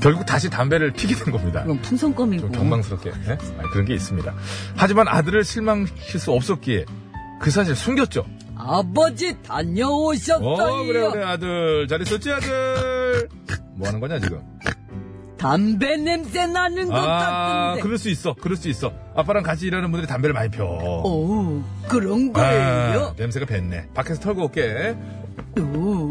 S1: 결국 다시 담배를 피게 된 겁니다.
S11: 이건 풍선껌이고.
S1: 좀 경망스럽게 예? 아니, 그런 게 있습니다. 하지만 아들을 실망시킬 수 없었기에 그 사실 숨겼죠.
S8: 아버지 다녀오셨어요.
S1: 어, 그래, 그래, 아들. 잘 있었지, 아들? 뭐 하는 거냐, 지금?
S8: 담배 냄새 나는 것
S1: 아,
S8: 같은데.
S1: 그럴 수 있어, 그럴 수 있어. 아빠랑 같이 일하는 분들이 담배를 많이 펴.
S8: 오, 어, 그런
S1: 아,
S8: 거예요?
S1: 냄새가 뱄네. 밖에서 털고 올게.
S8: 오,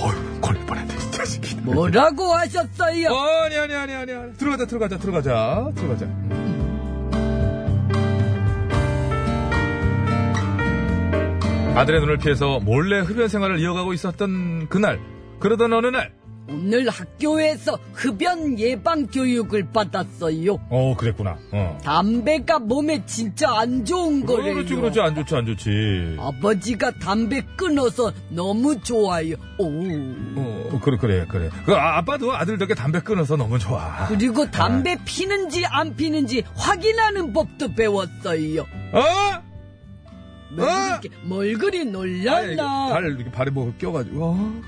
S1: 어휴, 걸릴 뻔했네, 진짜. 새끼.
S8: 뭐라고 하셨어요?
S1: 어, 아니, 아니, 아니, 아니, 아니. 들어가자, 들어가자, 들어가자, 들어가자. 음. 아들의 눈을 피해서 몰래 흡연 생활을 이어가고 있었던 그날, 그러던 어느 날,
S2: 오늘 학교에서 흡연 예방 교육을 받았어요.
S1: 어, 그랬구나. 어.
S2: 담배가 몸에 진짜 안 좋은 거래요.
S1: 그렇지, 그렇지. 안 좋지, 안 좋지.
S2: 아버지가 담배 끊어서 너무 좋아요. 오.
S1: 어, 그래, 그래, 그래. 그 아, 아빠도 아들 덕에 담배 끊어서 너무 좋아.
S2: 그리고 담배
S1: 네.
S2: 피는지 안 피는지 확인하는 법도 배웠어요.
S1: 어?
S2: 뭘,
S1: 아!
S2: 그렇게- 뭘 그리
S1: 아이,
S2: 놀랐나?
S1: 발 이렇게 발에 뭐 껴가지고 어.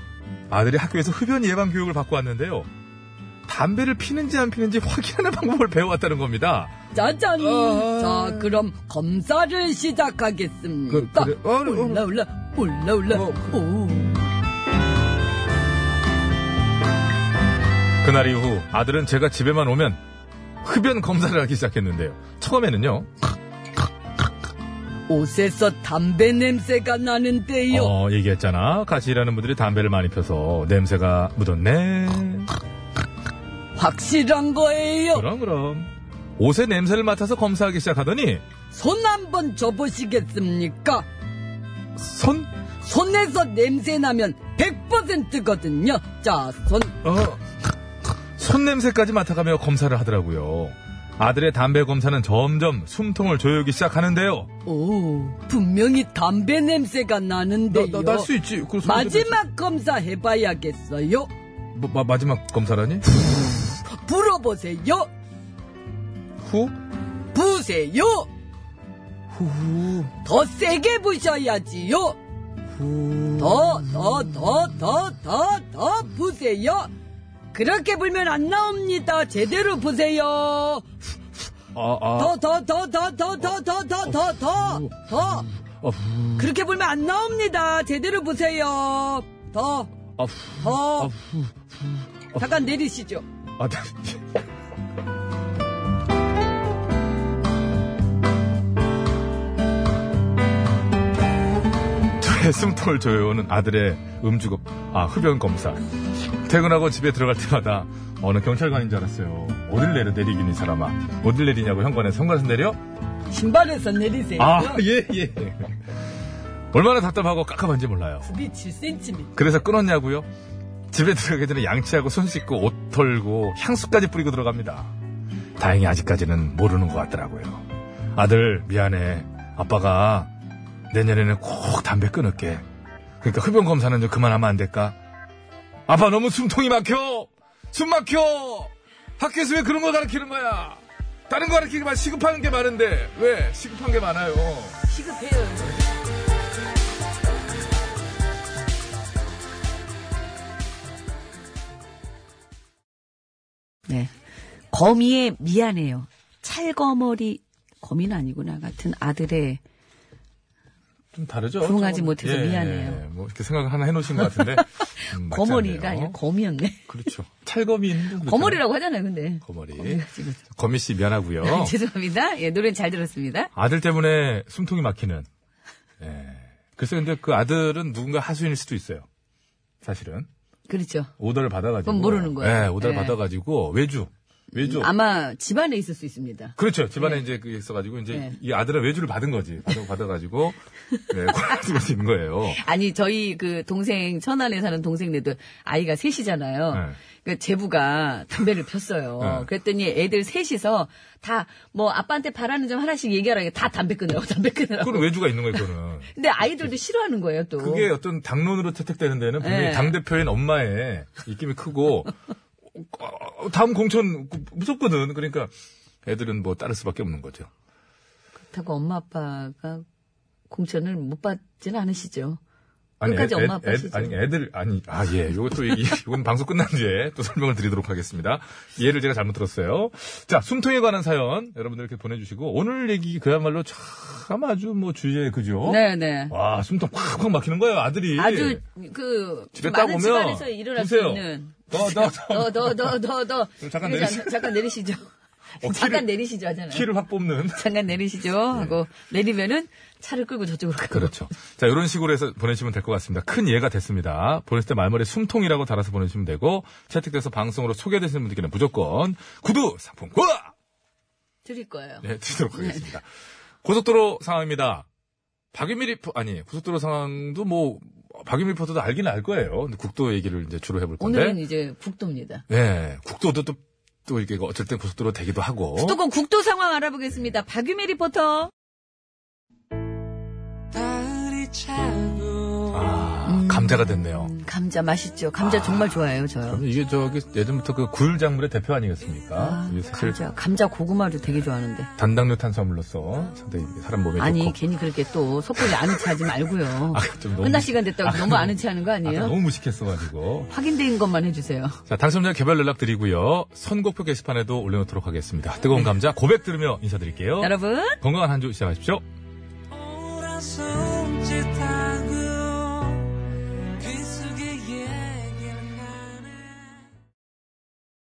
S1: 아들이 학교에서 흡연 예방 교육을 받고 왔는데요. 담배를 피는지 안 피는지 확인하는 방법을 배워왔다는 겁니다.
S2: 짜잔.
S1: 아.
S2: 자, 그럼 검사를 시작하겠습니다.
S1: 그, 그래. 어, 어.
S2: 올라 올라 올라 올라.
S1: 어,
S2: 오.
S1: 그날 이후 아들은 제가 집에만 오면 흡연 검사를 하기 시작했는데요. 처음에는요.
S2: 옷에서 담배 냄새가 나는데요.
S1: 어, 얘기했잖아. 같이 일하는 분들이 담배를 많이 펴서 냄새가 묻었네.
S2: 확실한 거예요.
S1: 그럼 그럼. 옷의 냄새를 맡아서 검사하기 시작하더니
S2: 손 한번 줘보시겠습니까?
S1: 손?
S2: 손에서 냄새 나면 100%거든요. 자, 손.
S1: 어, 손냄새까지 맡아가며 검사를 하더라고요. 아들의 담배 검사는 점점 숨통을 조여기 시작하는데요.
S2: 오, 분명히 담배 냄새가 나는데요.
S1: 있지. 그
S2: 마지막 검사 해봐야겠어요.
S1: 뭐, 마, 마지막 검사라니?
S2: 불어보세요.
S1: 후?
S2: 부세요. 더 세게 부셔야지요. 더, 더, 더, 더, 더, 더 부세요. 그렇게 불면 안 나옵니다. 제대로 부세요.
S1: 아, 아.
S2: 더, 더, 더, 더, 더, 더, 더, 더, 더, 더, 더.
S1: 어, 후,
S2: 그렇게 불면 안 나옵니다. 제대로 보세요. 더,
S1: 아, 후,
S2: 더.
S1: 아, 후.
S2: 잠깐 내리시죠.
S1: 아, 나- 저의 숨통을 조여오는 아들의 음주검, 아, 흡연 검사. 퇴근하고 집에 들어갈 때마다 어느 경찰관인 줄 알았어요. 어딜 내려 내리긴 이 사람아. 어딜 내리냐고 현관에 현관에서 내려?
S2: 신발에서 내리세요.
S1: 아, 예, 예. 얼마나 답답하고 깝깝한지 몰라요.
S2: 굽이 7cm.
S1: 그래서 끊었냐고요? 집에 들어가기 전에 양치하고 손 씻고 옷 털고 향수까지 뿌리고 들어갑니다. 다행히 아직까지는 모르는 것 같더라고요. 아들 미안해. 아빠가 내년에는 꼭 담배 끊을게. 그러니까 흡연 검사는 좀 그만하면 안 될까? 아빠 너무 숨통이 막혀. 숨 막혀. 학교에서 왜 그런 걸 가르치는 거야? 다른 거 가르치지 마. 시급한 게 많은데 왜 시급한 게 많아요?
S2: 시급해요.
S8: 네. 거미의 미안해요. 찰거머리, 거미는 아니구나. 같은 아들의
S1: 좀 다르죠.
S8: 부응하지
S1: 저거는.
S8: 못해서
S1: 예,
S8: 미안해요.
S1: 예, 뭐 이렇게 생각을 하나 해놓으신 것 같은데 음, 맞지
S8: 거머리가
S1: 않네요.
S8: 아니라 거미였네.
S1: 그렇죠. 찰검이 있는 거
S8: 거머리라고 하잖아요, 근데.
S1: 거머리. 거미 씨 미안하고요.
S8: 네, 죄송합니다. 예, 노래 잘 들었습니다.
S1: 아들 때문에 숨통이 막히는. 예. 글쎄 근데 그 아들은 누군가 하수인일 수도 있어요. 사실은
S8: 그렇죠.
S1: 오더를 받아가지고.
S8: 그건 모르는 거예요.
S1: 예, 오더를
S8: 예.
S1: 받아가지고 외주, 외주.
S8: 아마 집안에 있을 수 있습니다.
S1: 그렇죠. 집안에 이제 그 있어가지고 이제
S8: 네.
S1: 이 아들은 외주를 받은 거지. 받아- 받아가지고 네, 고라지고 있는 거예요.
S8: 아니 저희 그 동생 천안에 사는 동생네도 아이가 셋이잖아요.
S1: 네.
S8: 그 제부가 담배를 폈어요.
S1: 네.
S8: 그랬더니 애들 셋이서 다 뭐 아빠한테 바라는 점 하나씩 얘기하라. 다 담배 끊으라고 담배 끊으라고.
S1: 그건 외주가 있는 거예요. 그거는.
S8: 근데 아이들도 싫어하는 거예요 또.
S1: 그게 어떤 당론으로 채택되는 데는 분명히
S8: 네.
S1: 당대표인 엄마의 입김이 크고, 어, 다음 공천 무섭거든. 그러니까 애들은 뭐 따를 수밖에 없는 거죠.
S8: 그렇다고 엄마 아빠가 공천을 못 받지는 않으시죠.
S1: 아니,
S8: 끝까지 엄마
S1: 애,
S8: 아빠시죠.
S1: 아니, 애들, 아니, 아, 예. 요것도, 이, 건 방송 끝난 뒤에 또 설명을 드리도록 하겠습니다. 이해를 제가 잘못 들었어요. 자, 숨통에 관한 사연 여러분들 이렇게 보내주시고, 오늘 얘기 그야말로 참 아주 뭐 주제, 그죠?
S8: 네네.
S1: 와, 숨통 팍팍 막히는 거예요, 아들이.
S8: 아주 그
S1: 집에 딱
S8: 많은
S1: 오면
S8: 집안에서 일어날
S1: 보세요.
S8: 수 있는. 어,
S1: 너, 너, 너.
S8: 너너너너너
S1: 그럼 잠깐 내리시-
S8: 잠깐 내리시죠.
S1: 키를-
S8: 잠깐 내리시죠 하잖아요.
S1: 키를 확 뽑는.
S8: 잠깐 내리시죠 하고 내리면은 차를 끌고 저쪽으로 가고
S1: 네. 그렇죠. 자, 이런 식으로 해서 보내시면 될 것 같습니다. 큰 예가 됐습니다. 보냈을 때 말머리 숨통이라고 달아서 보내시면 되고 채택돼서 방송으로 소개되시는 분들께는 무조건 구두 상품권
S8: 드릴 거예요.
S1: 네, 드리도록 하겠습니다. 고속도로 상황입니다. 박유미 리포 아니 고속도로 상황도 뭐 박유미 리포터도 알긴 알 거예요. 근데 국도 얘기를 이제 주로 해볼 건데.
S8: 오늘은 이제 북도입니다.
S1: 네, 국도도 또, 또 이게 어쩔 땐 고속도로 되기도 하고.
S8: 수도권 국도 상황 알아보겠습니다. 박유미 리포터.
S1: 아, 감자가 됐네요.
S8: 감자 맛있죠. 감자 정말 좋아해요, 저요.
S1: 그럼 이게 저기 예전부터 그 굴 작물의 대표 아니겠습니까?
S8: 아,
S1: 이게 사실
S8: 감자, 감자 고구마를 되게 좋아하는데.
S1: 단당류 탄수화물로서 상당히 사람 몸에
S8: 아니,
S1: 좋고.
S8: 괜히 그렇게 또 섣불리 아는 체 하지 말고요.
S1: 아, 좀 너무-
S8: 끝날 시간 됐다고
S1: 아,
S8: 너무 아는 체 하는 거
S1: 아까
S8: 아니에요?
S1: 너무 어? 무식했어가지고.
S8: 확인된 것만 해주세요.
S1: 자, 당첨자 개별 연락 드리고요. 선곡표 게시판에도 올려놓도록 하겠습니다. 뜨거운 감자 고백 들으며 인사드릴게요.
S8: 여러분.
S1: 건강한 한 주 시작하십시오.
S3: 오라서 그